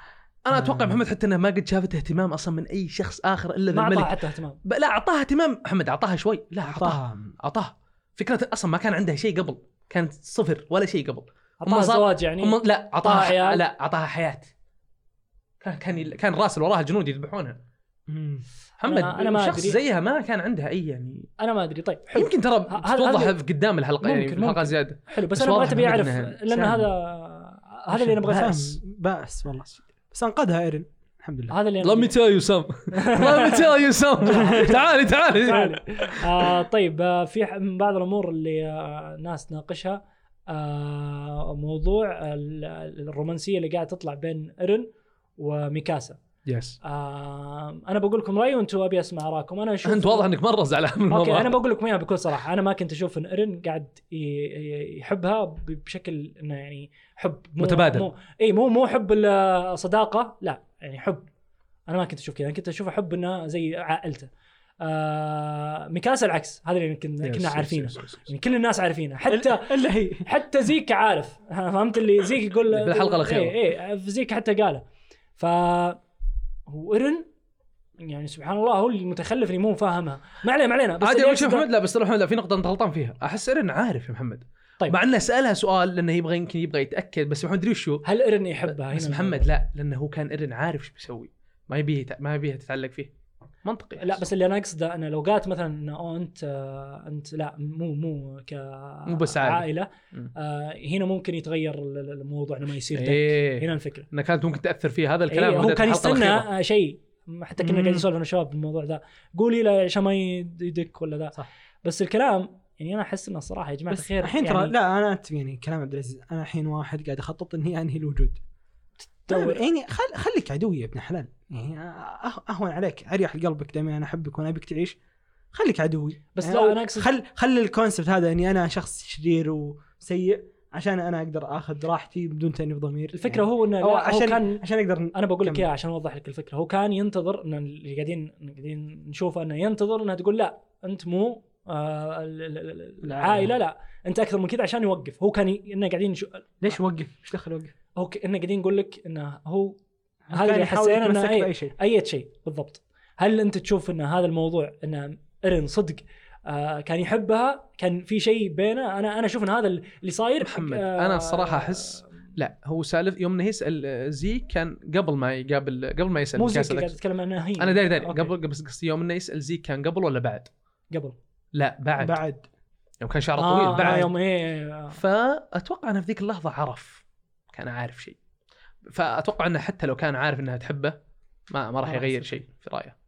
انا اتوقع محمد حتى انها ما قد شافت اهتمام اصلا من اي شخص اخر الا ذا ما اعطاه الملك حتى اهتمام ب- لا اعطاها اهتمام محمد اعطاها شوي لا اعطاها اعطاها اعطاها فكره اصلا ما كان عندها شيء قبل كانت صفر ولا شيء قبل اعطاه صار- زواج يعني هم لا اعطاها أعطاها عيال. لا اعطاها حياه كان كان يل- كان راسل وراها الجنود يذبحونها محمد أنا- أنا ما شخص أدري. زيها ما كان عندها اي يعني انا ما ادري طيب حلو يمكن ترى ه- هذا- توضح هذا- قدام الحلقه يعني ممكن- في الحلقه ممكن. زياده حلو بس بس انا واضح بغيت ابي إنه اعرف إنها- لان سامي. هذا هذا اللي انا بغيت اعرف بأس بأس والله بس انقذها ايرن الحمد لله هذا اللي أنا Let me بغيت- tell you some Let me tell you some تعالي تعالي تعالي. آه طيب آه في ح- من بعض الامور اللي آه ناس تناقشها آه موضوع ال- الرومانسيه اللي قاعد تطلع بين ايرن وميكاسا يس آه انا بقول لكم رايي وانتم ابي اسمع اراءكم انا اشوف انت واضح انك مره زعلان من اوكي انا الموضوع بقول لكم اياها بكل صراحه انا ما كنت اشوف ان ايرن قاعد ي- ي- يحبها ب- بشكل انه يعني حب مو متبادل. مو اي مو مو حب الصداقه لا يعني حب انا ما كنت اشوف كذا انا كنت اشوف حب انه زي عائلته آه ميكاسا العكس هذا اللي كنا Yes, كنا yes, عارفينه yes, yes, yes. يعني كل الناس عارفينه حتى الا هي حتى زيك عارف ها، فهمت اللي زيك يقول في الحلقة الأخيرة. اي اي زيك حتى قاله ف وإرن يعني سبحان الله هو المتخلف اللي مو فاهمها ما علينا ما علينا بس عادي اللي اول شيء أقصده- محمد لا بس ترى محمد لا في نقطه انت غلطان فيها احس ايرن عارف يا محمد طيب. مع انه سالها سؤال لانه يبغى يمكن يبغى يتاكد بس محمد ادري شو هل إرن يحبها بس محمد لا لانه هو كان ايرن عارف ايش بيسوي ما يبيه يتع- ما يبيه تتعلق فيه منطقي لا بس اللي انا اقصده انه لو قالت مثلا انه أوه انت آه، انت لا مو مو ك مو بس عائلة. عائله مم. آه هنا ممكن يتغير ال- ال- الموضوع انه ما يصير دك إيه. هنا الفكره انها كانت ممكن تاثر فيه هذا الكلام إيه هو بدأت كان الحلقة يستنى الأخيرة. آه، شيء حتى كنا مم. قاعدين نسولف انا والشباب بالموضوع ذا قولي له عشان ما يدك ولا ذا صح. بس الكلام يعني انا احس انه الصراحه يا جماعه بس الخير الحين ترى يعني لا انا أتفق يعني كلام عبد العزيز انا الحين واحد قاعد اخطط اني انهي الوجود تو- يعني خل خليك عدوي يا ابن حلال يعني أه- اهون عليك اريح لقلبك دائما انا احبك وانا ابيك تعيش خليك عدوي بس يعني لا، أو أنا أقصد- خل خل الكونسبت هذا اني انا شخص شرير وسيء عشان انا اقدر اخذ راحتي بدون تانيب ضمير الفكره هو انه يعني هو لا، هو عشان كان عشان اقدر انا بقول لك كمل. اياها عشان اوضح لك الفكره هو كان ينتظر ان اللي قاعدين قاعدين نشوفه انه ينتظر انها تقول لا انت مو آه ال- ال- ال- العائله لا انت اكثر من كذا عشان يوقف هو كان ي... انه قاعدين نشو... ليش وقف؟ ايش دخل وقف؟ هو ك... انه قاعدين نقول لك انه هو كان هذا اللي يحاول حسينا إيه. انه يتمسك اي باي شيء اي شيء بالضبط هل انت تشوف ان هذا الموضوع انه ارن صدق آه كان يحبها كان في شيء بينه انا انا اشوف ان هذا اللي صاير محمد، أنا الصراحة أحس لا هو سالف يوم انه يسال آه، زي كان قبل ما يقابل قبل ما يسال مو كان زي يسأل قاعد أكثر. اتكلم عنها هي انا داري داري أوكي. قبل قبل بس قصدي يوم انه يسال زي كان قبل ولا بعد؟ قبل لا بعد, بعد. بعد يوم كان شعره آه، طويل آه، بعد يوم ايه فاتوقع انه في ذيك اللحظه عرف كان عارف شيء فاتوقع انه حتى لو كان عارف انها تحبه ما ما راح ما راح يغير يصير. شيء في رايه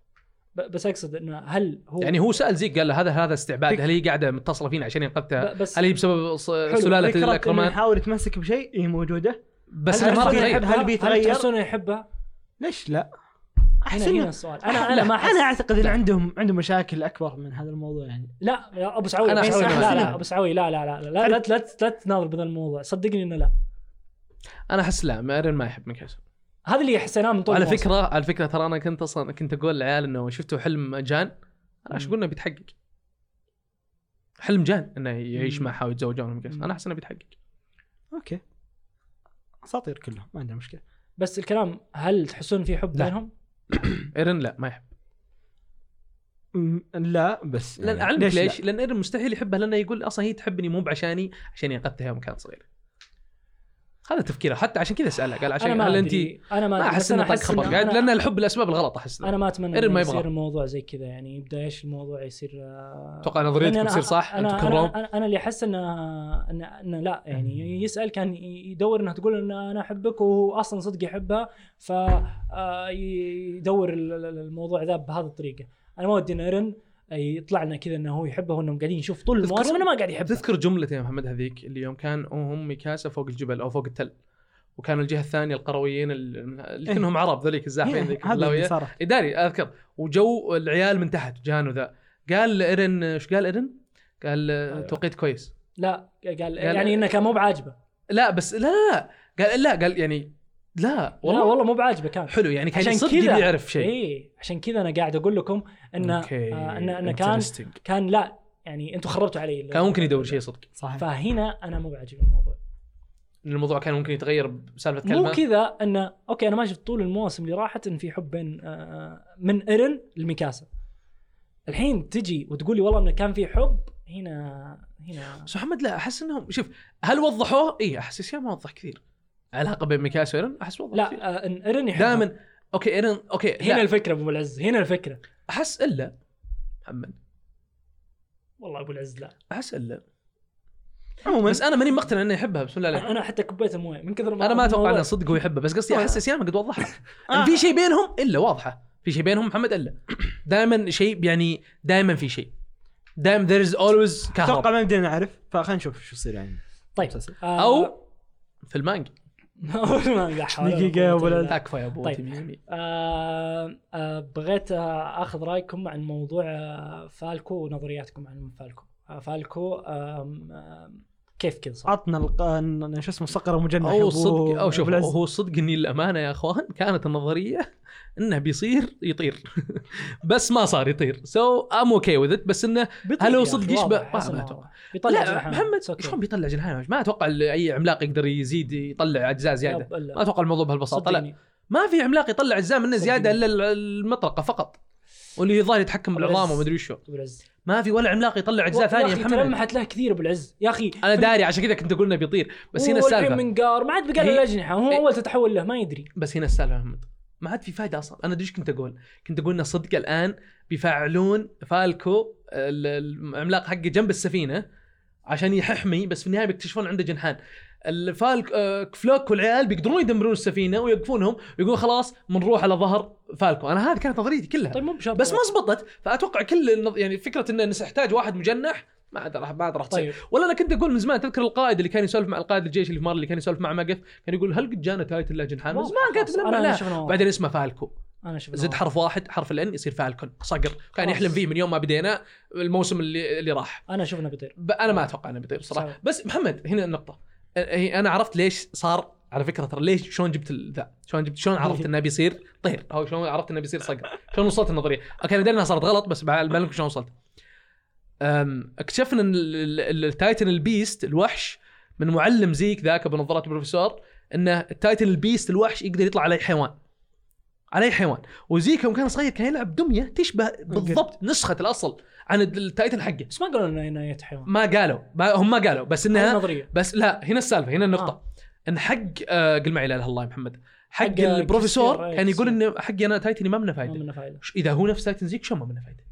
ب- بس اقصد انه هل هو يعني هو سال زيك قال له هذا هذا استعباد فك- هل هي قاعده متصله فينا عشان ينقذتها ب- بس هل هي بسبب ص- حلو، سلاله فكرة انه الاكرمان يحاول يتمسك بشيء إيه، هي موجوده بس هل أنا ما راح تحسون تغير. يغير يحبها؟ هل بيتغير؟ هل تحسون يحبها؟ ليش لا؟ هنا احس هنا إنه- السؤال انا انا ما أحس احس انا اعتقد ان عندهم عندهم مشاكل اكبر من هذا الموضوع يعني لا يا ابو سعوي أنا أبو أحس سعوي، إنه- لا أحس لا إنه- ابو سعوي لا لا لا لا لا لا لا تناظر بهذا الموضوع صدقني انه لا انا احس لا مارين ما يحب ميكاسو هذا اللي حسيناه من طول على الموسم. فكره على فكره ترى انا كنت اصلا كنت اقول للعيال انه شفتوا حلم جان انا ايش مم. اقول انه بيتحقق حلم جان انه يعيش مم. معها ويتزوجون ميكاسو. مم. انا احس انه بيتحقق اوكي اساطير كلهم ما عندنا مشكله بس الكلام هل تحسون في حب لا. بينهم؟ ايرن لا ما يحب م- لا بس يعني. لان اعلمك ليش؟ ليش؟ لان ايرن مستحيل يحبها لانه يقول اصلا هي تحبني مو بعشاني عشان انقذتها يوم كانت صغيره. هذا تفكيره حتى عشان كذا اسالها قال عشان انا ما هل انت أدري. انا ما ما أدري، بس احس أنا انه طق خبر إن قاعد أنا- لان الحب الاسباب الغلط احس له. انا ما اتمنى إيرن انه ما يبغى. يصير الموضوع زي كذا يعني يبدا ايش الموضوع يصير آه، اتوقع لأني نظريتك أنا- تصير صح انت انا تكون روم انا انا, أنا اللي احس انه انه إنه لا يعني يسال كان يدور انها تقول ان انا احبك وهو اصلا صدق يحبها آه، فيدور الموضوع ذا بهذه الطريقه انا ما ودي ان ايرن يطلع لنا كذا انه هو يحبها وانهم قاعدين نشوف طول تذكر- المواسم انه ما قاعد يحبها تذكر جملة يا محمد هذيك اللي يوم كان هم ميكاسا فوق الجبل او فوق التل وكانوا الجهه الثانيه القرويين ال- اللي إيه. كلهم عرب ذوليك الزاحفين ذيك هذا اللي اللاوية. صار إيه داري اذكر وجو العيال من تحت جانوا ذا قال ايرن ايش قال ايرن؟ قال آه، توقيت كويس لا قال إيه؟ يعني انه كان مو بعاجبه لا بس لا لا لا قال لا قال يعني لا والله والله والله مو بعاجبه كان حلو يعني كان عشان صدق كذا. يبي يعرف شيء اي إيه، عشان كذا انا قاعد اقول لكم انه أوكي. آه، انه انه كان Interesting. كان لا يعني انتم خربتوا علي كان ممكن يدور شيء صدق صحيح فهنا انا مو بعجب الموضوع إن الموضوع كان ممكن يتغير بسالفه كلمه مو كذا انه اوكي انا ما شفت طول المواسم اللي راحت ان في حب بين آه، من ايرن لميكاسا الحين تجي وتقولي والله انه كان في حب هنا هنا بس محمد لا احس انهم شوف هل وضحوه؟ إيه، اي احس الشيء يعني ما وضح كثير علاقه بين ميكاسو وايرن احس وضح كثير. لا آه، ان ايرن يحبها دائما اوكي ايرن اوكي هنا لا. الفكره ابو العز هنا الفكره احس الا محمد والله ابو العز لا احس الا عموما بس انا ماني مقتنع انه يحبها بسم الله انا عليك أنا حتى كبيت مويه من كثر انا ما اتوقع الموضوع- انه صدق هو يحبها بس قصدي آه. احس سياما قد وضحها آه. ان في شيء بينهم الا واضحه في شيء بينهم محمد الا دائما شيء يعني دائما في شيء دائما ذير از اولويز اتوقع كهرباء ما بدينا نعرف فخلينا نشوف شو يصير يعني طيب مسلسل. آه، او في المانجا ما- لا حول ولا دقيقة يا قوة أبو إلا العز. بالله. تكفى يا ابو طيب. تيمي يمين. آه، آه، بغيت آه، اخذ رايكم عن موضوع آه، فالكو ونظرياتكم عن فالكو آه، فالكو آم، آم، كيف كذا صار؟ عطنا الق... ن- شو اسمه الصقر المجنح يا او أبو- صدق او شوف أبو العز. هو صدق اني الامانه يا اخوان كانت النظريه انه بيصير يطير بس ما صار يطير سو ام اوكي وذ بس انه بيطلع هل هو يا صدق أخي، يشبه؟ واضح، ما- حسن ما واضح. أتوقع. بيطلع لا محمد شلون بيطلع جناحين ما اتوقع اي عملاق يقدر يزيد يطلع اجزاء زياده ما اتوقع الموضوع بهالبساطه يعني. لا ما في عملاق يطلع اجزاء منه زياده صدقني. الا ال- المطرقه فقط واللي الظاهر يتحكم بالعظام بس- ومدري وشو ابو العز ما في ولا عملاق يطلع اجزاء ثانيه يا محمد تلمحت له كثير ابو العز يا اخي انا داري عشان كذا كنت اقول انه بيطير بس هنا هو الحين السالفه منقار ما عاد بقى له هي- الاجنحه هو هي- اول تتحول له ما يدري بس هنا السالفه يا محمد ما عاد في فائده اصلا انا ادري ايش كنت اقول كنت اقول انه صدق الان بيفعلون فالكو ال- العملاق حقه جنب السفينه عشان يحمي بس في النهايه بيكتشفون عنده جنحان الفالك آه، فلوك والعيال بيقدرون يدمرون السفينه ويوقفونهم ويقولون خلاص بنروح على ظهر فالكو انا هذه كانت نظريتي كلها طيب مو بشرط بس ما زبطت فاتوقع كل النظ... يعني فكره ان نحتاج واحد مجنح ما عاد راح ما عاد راح تصير طيب ولا انا كنت اقول من زمان تذكر القائد اللي كان يسولف مع القائد الجيش اللي في مره اللي كان يسولف مع مقف كان يقول هل قد جانا تايت الا جنحان؟ بس ما قالت انا انا لا شفنا بعدين اسمه فالكو انا شفنا زد حرف واحد حرف الان يصير فالكون صقر كان خلاص. يحلم فيه من يوم ما بدينا الموسم اللي اللي راح انا شفنا بطير ب- انا ما اتوقع انه بيطير صح. صراحه بس محمد هنا النقطه أ- هي انا عرفت ليش صار على فكره ترى ليش شلون جبت ال- ذا شلون جبت شلون عرفت انه بيصير طير او شلون عرفت انه بيصير صقر شلون وصلت النظريه اوكي انا ادري انها صارت غلط بس بالك شلون وصلت أم، اكتشفنا ان ال- ال- التايتن البيست الوحش من معلم زيك ذاك ابو نظارات البروفيسور انه التايتن البيست الوحش يقدر يطلع على اي حيوان على اي حيوان وزيك يوم كان صغير كان يلعب دميه تشبه بالضبط نسخه الاصل عن التايتن حقه بس ما قالوا انه انه يت حيوان ما قالوا ما هم ما قالوا بس هاي انها نظريه بس لا هنا السالفه هنا النقطه آه. آه. ان حق آه قل معي لا اله الا الله يا محمد حق, حق كريستيان، البروفيسور إيه، كان يقول كريستيان. ان حقي انا تايتني ما منه ما فايده منه فائده ش- اذا هو نفس تايتن زيك شو ما منه فايده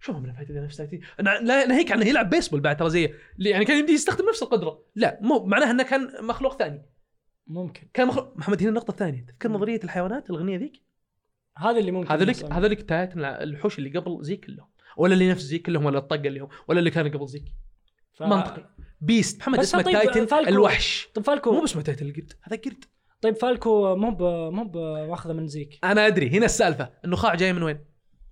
شو ما منه فايده اذا نفس تايتن أنا لا ناهيك عنه يلعب بيسبول بعد ترى زيه ليه؟ يعني كان يمدي يستخدم نفس القدره لا مو معناها انه كان مخلوق ثاني ممكن كان مخلوق محمد هنا النقطه الثانيه تذكر مم. نظريه الحيوانات الغنيه ذيك هذا اللي ممكن هذولك يحصل. هذولك تايتن الع- الوحوش اللي قبل زيك كلهم ولا اللي نفس زيك كلهم ولا الطقه اللي هم ولا اللي كانوا قبل زيك ف- منطقي. بيست محمد بس اسمه طيب، تايتن فالكو. الوحش طيب مو فالكو باسمه تايتن القرد هذا قرد طيب فالكو مو ب- مو ب- ماخذه من زيك انا ادري هنا السالفه النخاع جاي من وين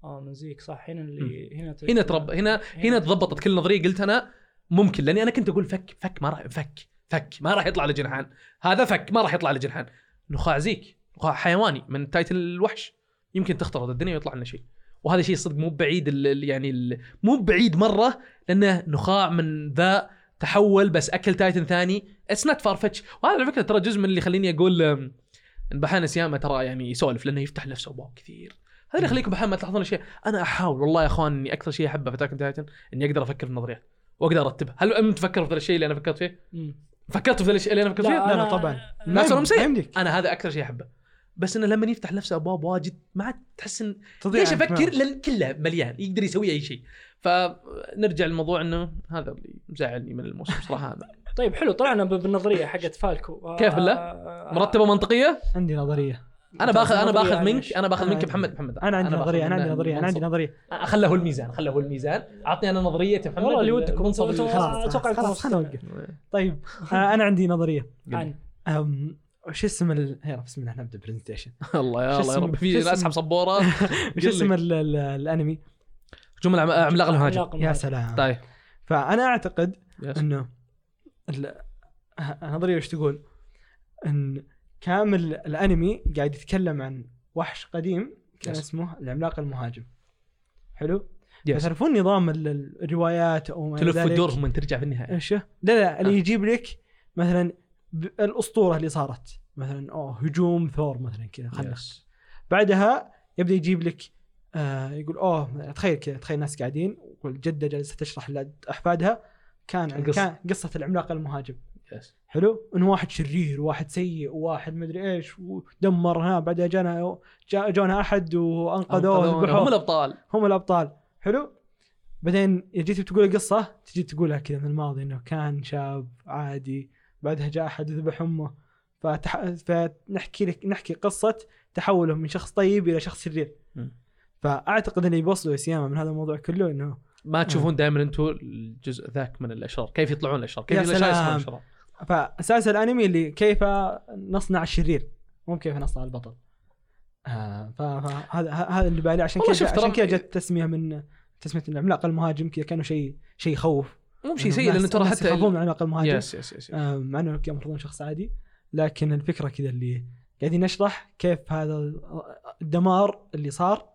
اه من زيك صح هنا اللي هنا ت- هنا ترب هنا هنا تضبطت كل نظريه قلت انا ممكن لاني انا كنت اقول فك فك ما راح فك فك ما راح يطلع لجنحان هذا فك ما راح يطلع لجنحان نخاع زيك نخاع حيواني من تايتن الوحش يمكن تختلط الدنيا ويطلع لنا شيء وهذا شيء صدق مو بعيد ال- ال- يعني ال- مو بعيد مره لانه نخاع من ذا تحول بس اكل تايتن ثاني اتس نوت فار فتش وهذا على فكره ترى جزء من اللي يخليني اقول أم، ان بحان سيامه ترى يعني يسولف لانه يفتح لنفسه ابواب كثير هذا اللي يخليكم بحال ما تلاحظون الاشياء انا احاول والله يا اخوان اني اكثر شيء احبه في تاكن تايتن اني اقدر افكر في النظريات واقدر ارتبها هل انت تفكر في ذا الشيء اللي انا فكرت فيه مم. فكرت في ذا الشيء اللي انا فكرت لا، فيه لا أنا- لا طبعا ما صار مسيء. ما يمديك انا هذا اكثر شيء احبه بس انه لما يفتح لنفسه ابواب واجد ما عاد تحس ان تضيع ليش عن افكر دماغك. لان كله مليان يقدر يسوي اي شيء فنرجع للموضوع انه هذا اللي مزعلني من الموسم صراحه هذا طيب حلو طلعنا ب- بالنظريه حقت فالكو آه، كيف بالله؟ آه، آه، مرتبه منطقيه عندي نظريه انا باخذ انا نظرية باخذ عن منك إيش؟ انا باخذ يعني أنا منك عندي- محمد محمد انا عندي باخذ نظريه من- انا عندي من نظريه انا عندي المنصب. نظريه خله هو الميزان خله هو الميزان اعطني انا نظريه يا محمد والله اللي ودكم. المنصب أنتوا- الخاص. آه، خلاص أتوقع خلاص خلاص يكون خلنا نوقف طيب آه، انا عندي نظريه عن أم، وش اسم ال... هي بسم الله نبدا برزنتيشن الله يا شو الله يا اسمه؟ رب شو في اسمه؟ اسحب صبوره وش اسم ال... ال... الانمي جمل عم- عملاق المهاجم عملاق يا المهاجم. سلام طيب فانا اعتقد يس. انه ال- النظريه وش تقول؟ ان كامل الانمي قاعد يتكلم عن وحش قديم كان Yes. اسمه العملاق المهاجم. حلو؟ Yes. تعرفون نظام ال- الروايات او ما إلى تلف ذلك؟ إيه. الدور من ترجع في النهايه ايش لا لا اللي آه. يجيب لك مثلا ب- الاسطوره اللي صارت مثلا اوه هجوم ثور مثلا كذا خلنا يس. بعدها يبدا يجيب لك آه يقول اوه تخيل كذا تخيل ناس قاعدين والجده جالسه تشرح لاحفادها كان عن- القصة. كان قصه العملاق المهاجم يس. حلو انه واحد شرير وواحد سيء وواحد مدري ايش ودمر هنا بعدها جانا جا جونا احد وانقذوه أنقذونا. هم ذبحوه الابطال هم الابطال حلو بعدين إذا جيت تقول القصه تجي تقولها كذا من الماضي انه كان شاب عادي بعدها جاء احد وذبح امه فتح... فنحكي لك نحكي قصه تحوله من شخص طيب الى شخص شرير م. فاعتقد انه بيوصلوا سيامه من هذا الموضوع كله انه ما تشوفون دائما انتم الجزء ذاك من الاشرار كيف يطلعون الاشرار كيف يا الاشرار يصيرون سلام. اشرار فاساس الانمي اللي كيف نصنع الشرير مو كيف نصنع البطل آه، ف- فهذا ه- هذا اللي بالي عشان والله كذا شوف ترى- عشان كذا جت التسميه من تسميه العملاق المهاجم كذا كانه شيء شيء يخوف مو بشيء سيء لانه الناس- ترى إيه، الناس حتى يخافون ال- من العملاق المهاجم يس يس يس يس. آه، مع انه كان المفروض إنه شخص عادي لكن الفكره كذا اللي قاعدين نشرح كيف هذا الدمار اللي صار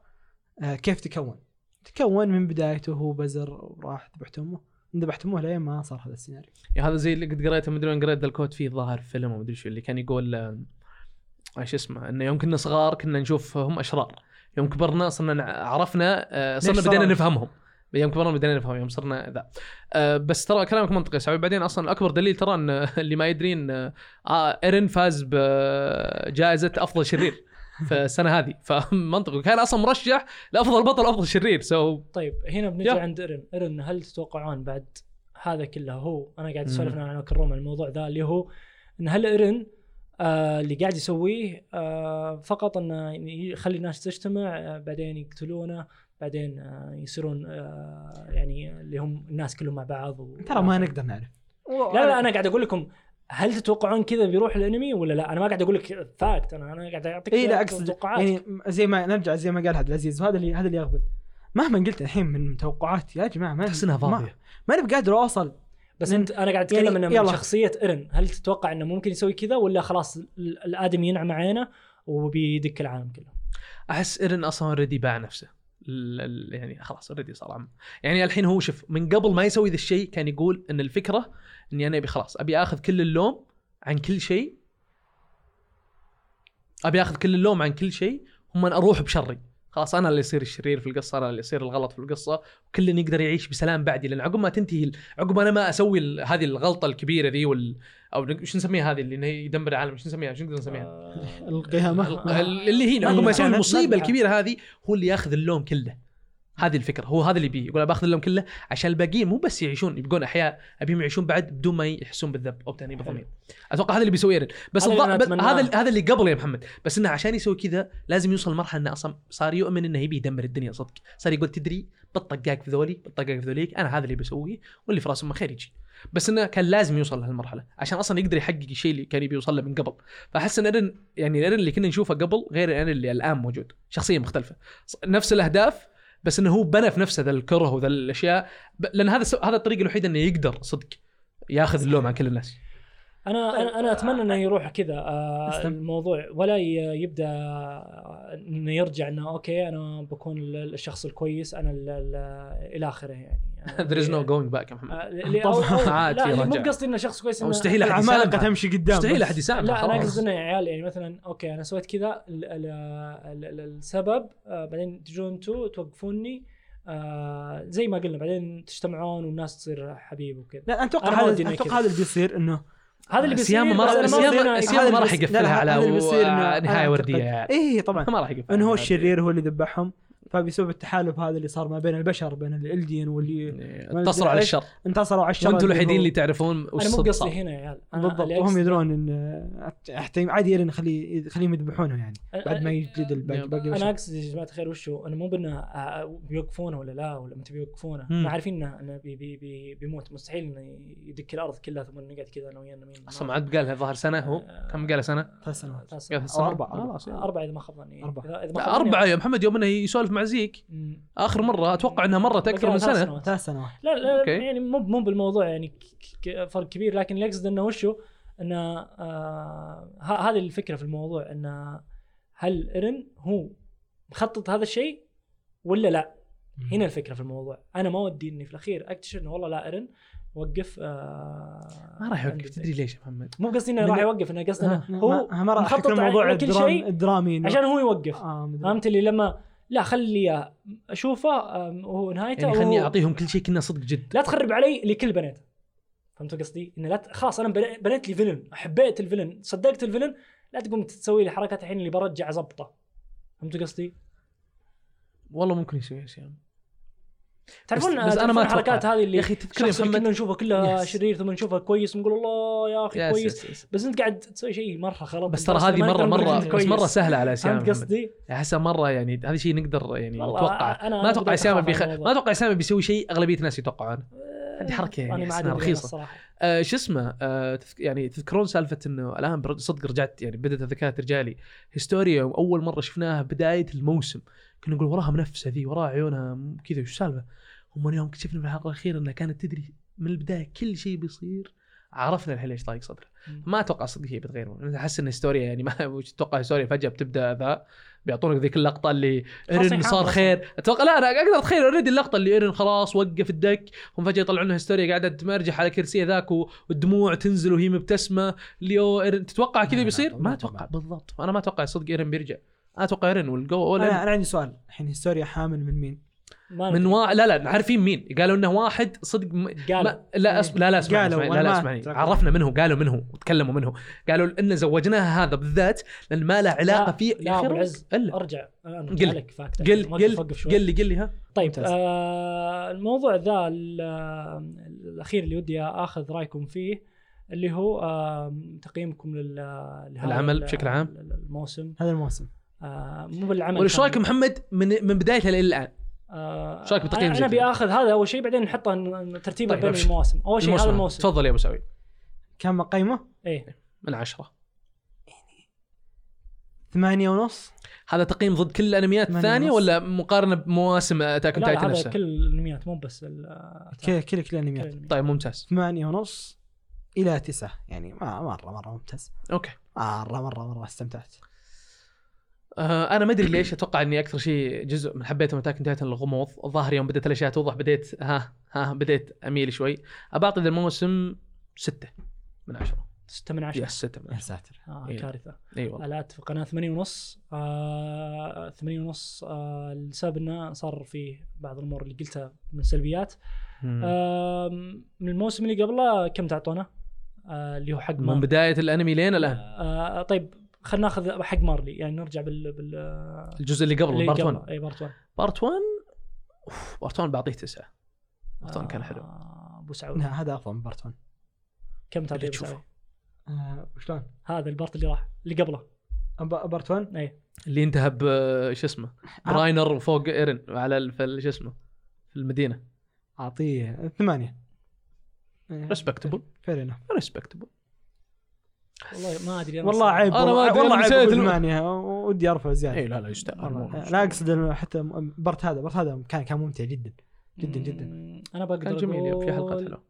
آه، كيف تكون تكون من بدايته هو بزر وراح ذبحت امه ذبحت امه لين ما صار هذا السيناريو يا يعني هذا زي اللي قد قريته مدري وين قريت ذا الكود فيه ظاهر فيلم ومدري شو اللي كان يقول آم، ايش اسمه انه يوم كنا صغار كنا نشوفهم اشرار يوم كبرنا صرنا نع- عرفنا آه، صرنا ليش بدينا صاروا؟ نفهمهم يوم كبرنا بدينا نفهم يوم صرنا ذا آه، بس ترى كلامك منطقي سعود بعدين اصلا اكبر دليل ترى آه، ان اللي ما يدري ان آه، ايرن فاز بجائزه افضل شرير فالسنه هذه فمنطقي كان اصلا مرشح لافضل بطل وافضل شرير سو طيب هنا بنجي يا. عند ايرن ايرن هل تتوقعون بعد هذا كله هو انا قاعد مم. اسولف انا وكروم عن الموضوع ذا اللي هو ان هل ايرن آه اللي قاعد يسويه آه فقط انه يعني يخلي الناس تجتمع آه بعدين يقتلونه بعدين آه يصيرون آه يعني اللي هم الناس كلهم مع بعض و... ترى ما نقدر نعرف لا لا انا قاعد اقول لكم هل تتوقعون كذا بيروح الانمي ولا لا؟ انا ما قاعد اقول لك فاكت انا انا قاعد اعطيك إيه، اي لا اقصد توقعات يعني زي ما نرجع زي ما قال عبد العزيز وهذا اللي هذا اللي يغبن مهما قلت الحين من توقعات يا جماعه ما تحس انها فاضيه ما انا بقادر اوصل بس لأن- انت انا قاعد اتكلم يعني يعني من يلا. شخصيه ايرن هل تتوقع انه ممكن يسوي كذا ولا خلاص ال- الادمي ينعم عينه وبيدك العالم كله احس ايرن اصلا اوريدي باع نفسه ال- ال- يعني خلاص اوريدي صار عم يعني الحين هو شوف من قبل ما يسوي ذا الشيء كان يقول ان الفكره اني انا ابي خلاص ابي اخذ كل اللوم عن كل شيء ابي اخذ كل اللوم عن كل شيء هم أنا اروح بشري خلاص انا اللي يصير الشرير في القصه انا اللي يصير الغلط في القصه وكل اللي يقدر يعيش بسلام بعدي لان عقب ما تنتهي ال- عقب ما انا ما اسوي ال- هذه الغلطه الكبيره ذي وال او شو نسميها هذه اللي إنه يدمر العالم شو نسميها شو نقدر نسميها آه، القيامه ال- اللي هي ما عقب ما هي يسوي كانت المصيبه مبلغ. الكبيره هذه هو اللي ياخذ اللوم كله هذه الفكره هو هذا اللي بيه يقول أنا باخذ اللوم كله عشان الباقيين مو بس يعيشون يبقون احياء ابيهم يعيشون بعد بدون ما يحسون بالذنب او تاني بالضمير اتوقع هذا اللي بيسويه ايرن بس هذا اللي أنا الض- بل- أتمناه. هذا ال- هذا اللي قبل يا محمد بس انه عشان يسوي كذا لازم يوصل لمرحله انه اصلا صار يؤمن انه يبي يدمر الدنيا صدق صار يقول تدري بطقاك في ذولي بطقاك في ذوليك انا هذا اللي بسويه واللي في راسهم خير يجي بس انه كان لازم يوصل لهالمرحله عشان اصلا يقدر يحقق الشيء اللي كان يبي يوصل له من قبل فاحس ان ايرن يعني الايرن اللي كنا نشوفه قبل غير الايرن اللي الان موجود شخصيه مختلفه ص- نفس الاهداف بس انه هو بنى في نفسه ذا الكره وذا الاشياء ب- لان هذا الس- هذا الطريق الوحيد انه يقدر صدق ياخذ اللوم عن كل الناس طيب، انا انا انا اتمنى انه يروح كذا آه، أستم- الموضوع ولا ي- يبدا انه يرجع انه اوكي انا بكون ال- الشخص الكويس انا ال- ال- الى اخره يعني there is no going back يا محمد آه، ل- ل- أو- طبعاً. أو- عاد في لا يعني مو رجع. بقصدي انه شخص كويس إنه- مستحيل احد العمالقه يسامحه تمشي قدام مستحيل بس. احد يسامحه لا انا خلاص. اقصد انه يا عيال يعني مثلا اوكي انا سويت كذا ال- ال- ال- ال- السبب آه، بعدين تجون انتم توقفوني آه، زي ما قلنا بعدين تجتمعون والناس تصير حبيب وكذا لا أنا اتوقع أنا ما ودي هذا إنه كذا. اتوقع هذا اللي بيصير انه هذا اللي بيصير سياما ما بس راح أنا ما سياما- أبغى هنا سياما ما راح إيه، هذا اللي يقفلها بيصير- على هذا اللي بيصير إنه- نهايه أنا ورديه أعتقد- يا عيال. ايه طبعا ما راح يقفل انه هو الشرير هو اللي ذبحهم فبسبب التحالف هذا اللي صار ما بين البشر بين الالدين واللي اتصلوا على الشر انتصروا على الشر وانتم هو- الوحيدين اللي تعرفون وش انا مو صدق صار قصدي هنا يا عيال أنا بالضبط اللي وهم أقصد- يدرون ان حتى عادي يرن خليه خليهم يذبحونه يعني آه، بعد ما يجلد الباقي يب. باقي انا بشر. اقصد يا جماعه الخير وش هو انه مو بانه آه، بيوقفونه ولا لا ولا متى بيوقفونه مم. ما عارفين انه انه بي بي بي بيموت مستحيل انه يدك الارض كلها ثم نقعد كذا انا وياه نمين اصلا ما عاد قالها ظهر سنه هو كم قالها سنه؟ ثلاث سنوات آه، ثلاث قالها سنوات. سنه أربعة. خلاص يلا. أربعة إذا ما خاب ظني أربعة. إذا- إذا ما لا خاب ظني أربعة يا محمد يوم أنه يسولف مع زيك مم. آخر مرة أتوقع أنها مرت أكثر من باقي ثلاث سنة سنوات. ثلاث سنوات لا لا أوكي. يعني مو مو بالموضوع يعني ك- ك- فرق كبير لكن اللي أقصد أنه وشو أنه آه ه- هذه الفكرة في الموضوع أنه هل إيرن هو مخطط هذا الشيء ولا لا؟ هنا الفكرة في الموضوع أنا ما ودي أني في الأخير أكتشف أنه والله لا إيرن وقف آه ما راح عند يوقف تدري البيت. ليش يا محمد مو قصدي انه من- آه. راح يوقف انا قصدي انه ما- هو ما- ما راح مخطط أحكي الموضوع على كل الدرام- شيء الدرامي إنه- عشان هو يوقف آه، مدري. فهمت اللي لما لا خلي إياه اشوفه أم، وهو نهايته يعني خلني وهو- أعطيهم كل شيء كنا صدق جد لا تخرب علي لكل بنات فهمت قصدي؟ انه لا ت- خلاص انا بن- بنيت لي فيلن حبيت الفيلن صدقت الفيلن لا تقوم تسوي لي حركات الحين اللي برجع ازبطه فهمت قصدي؟ والله ممكن يسوي شيء تعرفون بس أنا تعرفون ما أتوقع. الحركات هذه اللي يا أخي تذكر يا الشخص اللي محمد- كنا نشوفه كله Yes. شرير ثم نشوفه كويس ونقول الله يا اخي يس كويس يس يس. بس انت قاعد تسوي شيء مره غلط بس أنت ترى أصلاً هذه ما مرة نقدر نقول مرة أنت بس كويس. مرة سهلة على سيام فهمت محمد قصدي؟ احسها مره يعني هذا شيء نقدر يعني والله نتوقع أنا- أنا ما اتوقع بديت سامي أخاف بيخ... على الموضوع. ما اتوقع سامي بيسوي شيء اغلبيه الناس يتوقعونه هذه حركه يعني انا ما عاد أحسها أدري أنا رخيصه الصراحه آه، شو اسمه آه، تذك- يعني تذكرون سالفه انه الان بر- صدق رجعت يعني بدات الذكاء رجالي هيستوريا يوم اول مره شفناها بدايه الموسم كنا نقول وراها منفسه ذي وراها عيونها م- كذا وش السالفه؟ هم يوم اكتشفنا في الحلقه الاخيره انها كانت تدري من البدايه كل شيء بيصير عرفنا الحين ليش طايق صدره مم. ما اتوقع صدق هي بتغير انا احس ان هيستوريا يعني ما وش تتوقع هيستوريا فجاه بتبدا ذا بيعطونك ذيك اللقطه اللي ايرن ينحاط صار أصلاً. خير اتوقع لا انا اقدر اتخيل اوريدي اللقطه اللي ايرن خلاص وقف الدك هم فجاه يطلعون لنا هيستوريا قاعده تمرجح على كرسي ذاك و- والدموع تنزل وهي مبتسمه ليو ايرن تتوقع لا، آه، كذا لا، بيصير آه، طبعاً. ما اتوقع بالضبط انا ما اتوقع صدق ايرن بيرجع انا اتوقع ايرن والجو ولا انا انا عندي سؤال الحين هيستوريا حامل من مين؟ ما من ندري. وا... لا لا عارفين مين قالوا انه واحد صدق م... قال ما... لا أس... لا لا اسمعني قالوا، اسمعني، لا أنا لا ما اسمعني أتذكر. عرفنا منه قالوا منه وتكلموا منه قالوا ان زوجناها هذا بالذات لان ما له علاقه لا، في لا، يا أخي أبو رب، العز. الا ارجع انا قل- ارجع لك فاكت قل ما أقدر قل أوقف شوي. قل لي قل لي ها طيب ممتاز. آه الموضوع ذا ال- آه، الاخير اللي ودي اخذ رايكم فيه اللي هو آه تقييمكم لل- لهذا العمل ال- بشكل عام. ال- الموسم هذا الموسم آه مو بالعمل وايش كامل. رايك محمد من من بدايتها الى الان آه إيش رأيك بالتقييم انا بشكل ابي عام؟ اخذ هذا اول شيء بعدين نحطه ن- ترتيبه طيب، بين أبشر. المواسم اول شيء هذا الموسم تفضل يا ابو سعود كم قيمه؟ ايه من عشرة ثمانية ونص هذا تقييم ضد كل الانميات ثمانية الثانيه ونص. ولا مقارنه بمواسم اتاك اون لا، لا، تايتن هذا نفسها كل الانميات مو بس ال- آه، كل كل كل كل الانميات الأنميات. طيب ممتاز ثمانية ونص الى تسعة يعني ما مرة مرة ممتاز اوكي مرة مرة مرة استمتعت آه انا ما ادري ليش اتوقع اني اكثر شيء جزء من حبيته من اتاك اون تايتن الغموض الظاهر يوم بدات الاشياء توضح بديت ها ها بديت اميل شوي ابعطي ذا الموسم ستة من عشرة ستة من يس عشرة ستة من يا عشرة ساتر آه إيه. كارثة اي والله لا اتفق انا 8 ونص آه 8 ونص آه لسبب انه صار فيه بعض الامور اللي قلتها من سلبيات مم. آه من الموسم اللي قبله كم تعطونه؟ آه اللي هو حق من مارلي بدايه الانمي لين الان آه طيب خلينا ناخذ حق مارلي يعني نرجع بال بال الجزء اللي قبل بارت 1 اي بارت 1 بارت 1 أوف، بارت 1 بعطيه تسعة بارت 1 كان حلو نعم. آه، ابو سعود لا هذا افضل من بارت 1 كم اللي تعطيه ابو تشوفه. سعود؟ آه، وشلون؟ هذا البارت اللي راح اللي قبله أب- بارت 1 اي اللي انتهى ب شو اسمه آه. براينر وفوق ايرن على ال- في ال- شو اسمه في المدينه اعطيه ثمانية إيه، ريسبكتبل فير انف ريسبكتبل والله ما ادري أنا والله صراحة. عيب أنا ما أدري، والله أنا عيب نسيت إيه. أقول الم- ثمانية ودي ارفع آه. زيادة اي لا لا يستاهل والله. والله. لا اقصد إنه حتى بارت هذا بارت هذا كان كان ممتع جدا جدا جدا مم، انا بقدر كان جميل يوم، في حلقات أقول- حلوه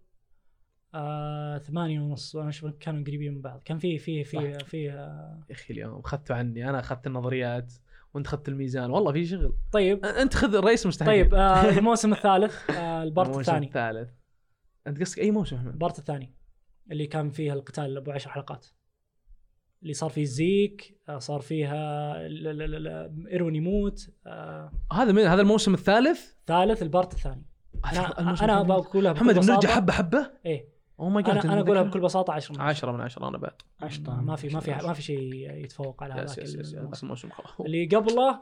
آه ثمانية ونص وانا اشوف كانوا قريبين من بعض كان في في في في آه يا اخي اليوم اخذته عني انا اخذت النظريات وانت اخذت الميزان والله في شغل طيب انت خذ الرئيس مستحيل طيب آه الموسم الثالث آه البارت الموسم الثاني الثالث انت قصدك اي موسم احمد البارت الثاني اللي كان فيها القتال ابو عشر حلقات اللي صار فيه زيك آه صار فيها ال- ال- ال- ال- ايرون يموت آه هذا من هذا الموسم الثالث ثالث البارت الثاني هذا انا الموسم انا الثالث. بقولها بكل محمد بساطة. بنرجع حبه حبه ايه او ماي جاد انا انا اقولها بكل بساطه 10 10 من 10 انا بعد عشطة ما في ما في ما في شيء يتفوق على يس هذاك يس يس الموسم. هذا الموسم خلاص اللي قبله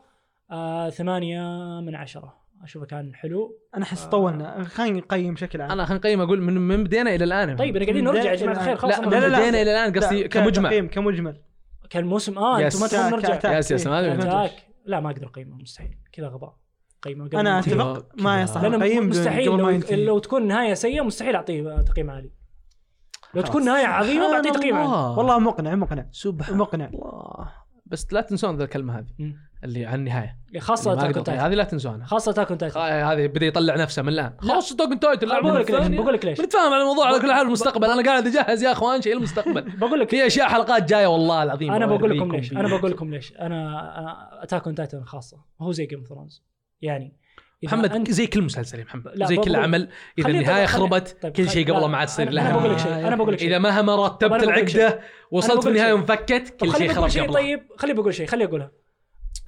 آه ثمانية من عشرة أشوفه كان حلو انا احس طولنا خلينا نقيم بشكل عام انا خلينا نقيم اقول من من بدينا الى الان طيب انا قاعدين نرجع يا جماعه الخير خلاص لا أنا من لا، لا، لا. بدينا الى الان لا، قصدي ك- كمجمل تقييم كمجمل كان موسم اه انتم ما تبون يس. تا- نرجع تا- تا- يس يس ما أدري. تاك لا ما اقدر اقيمه مستحيل كذا غباء قيمه قبل انا ما ينتهي. اتفق ما يصح لانه نقيم مستحيل قبل ما لو, ينتهي. لو تكون نهايه سيئه مستحيل اعطيه تقييم عالي لو تكون نهايه عظيمه سبحان بعطيه تقييم عالي الله. والله مقنع مقنع سبحان مقنع. الله بس لا تنسون ذا الكلمه هذه مم. اللي عن النهايه خاصه اللي ما تاك أقدر- أون تايتن هذه لا تنسونها خاصه تاك أون خ- تايتن هذا بدا يطلع نفسه من الان خلاص توكن تايتل بقول لك ليش بقول لك ليش بنتفاهم على الموضوع على كل حال المستقبل انا قاعد اجهز يا اخوان شيء المستقبل بقول لك في اشياء حلقات جايه والله العظيم انا الله بقول لكم يرضيكم ليش فيه. انا بقول لكم ليش انا اتاك اون تايتن خاصه هو زي جيم اوف ثرونز يعني إذا محمد أنت- زي كل مسلسل يا محمد لا، زي كل بقول- عمل اذا خليني- النهايه خليني- خربت طيب، كل خل- شيء لا، قبله ما عاد تصير أنا- انا لها بقول لك شيء انا بقول لك شيء اذا مهما طب رتبت أنا بقول لك شيء. العقده وصلت بقول في لك النهايه شيء. وانفكت طب كل خليني شيء بقول خرب شيء قبله طيب خليني بقول شيء خليني اقولها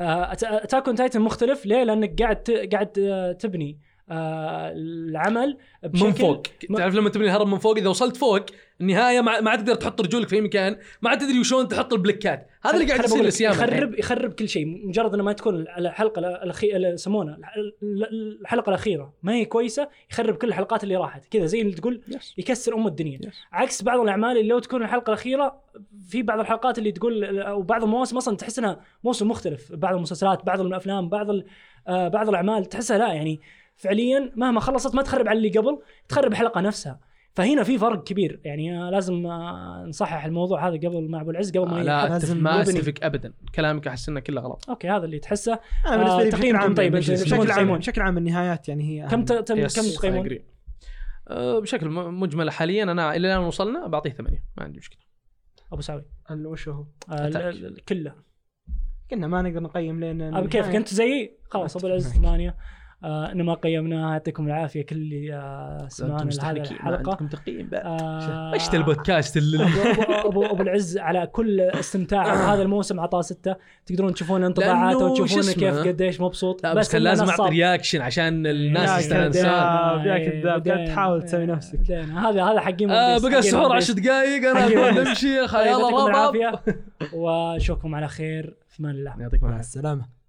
اتاك اون تايتن مختلف ليه؟ لانك قاعد ت- قاعد آه، تبني آه، العمل بشكل من فوق ما- تعرف لما تبني الهرم من فوق اذا وصلت فوق النهايه ما ما عاد تقدر تحط رجولك في أي مكان ما عاد تدري وشون تحط البلكات هذا اللي قاعد خليني يصير بقول لك، لسيام يخرب يخرب كل شيء مجرد انه ما تكون الحلقه الاخيره يسمونها الح- ال- الحلقه الاخيره ما هي كويسه يخرب كل الحلقات اللي راحت كذا زي اللي تقول يكسر ام الدنيا Yes. عكس بعض الاعمال اللي لو تكون الحلقه الاخيره في بعض الحلقات اللي تقول او بعض المواسم اصلا تحس انها موسم مختلف بعض المسلسلات بعض الافلام بعض ال- آه، بعض الاعمال تحسها لا يعني فعليا مهما خلصت ما تخرب على اللي قبل تخرب الحلقه نفسها فهنا في فرق كبير يعني آه، لازم آه، نصحح الموضوع هذا قبل مع ابو العز قبل ما ينحط. آه، لا أتف- لازم ما يبني. اتفق ابدا كلامك احس انه كله غلط اوكي هذا اللي تحسه انا بالنسبه آه، لي بشكل تقييمكم عام طيب، بالمجلس. بشكل بشكل عام. عام بشكل عام النهايات يعني هي كم أهم. ت- تم- Yes, كم I تقيمون؟ agree. أه، بشكل م- مجمل حاليا انا الى الان وصلنا بعطيه ثمانيه ما عندي مشكله ابو سعوي ال- وش هو؟ آه، ال- أتاك. ال- ال- كله كنا ما نقدر نقيم لان أبو كيف النهاية- كنت زيي خلاص ابو العز أتفق معك. ثمانية آه ان ما قيمناها يعطيكم العافيه كل اللي آه سمعنا انتم لهذه مستهلكين ما الحلقه عندكم تقييم بعد آه، ايش ذا البودكاست اللي أبو- أبو- ابو ابو العز على كل استمتاع بهذا الموسم اعطاه سته تقدرون تشوفون انطباعاته آه. لأنه شو وتشوفون اسمه؟ كيف قديش مبسوط لا بس كان إنه لازم نصاب. اعطي رياكشن عشان يا الناس كذاب. تستانسون يا إيه، كذاب، قاعد بدينا. تحاول تسوي نفسك. بدينا. هذا هذا حقين آه ون بيس، بقى حقين السحور ون بيس. عشر دقائق انا حقين ون أبغى بيس. نمشي خ- طيب، يلا يعطيكم بابا العافيه واشوفكم على خير في امان الله يعطيكم مع العافيه السلامه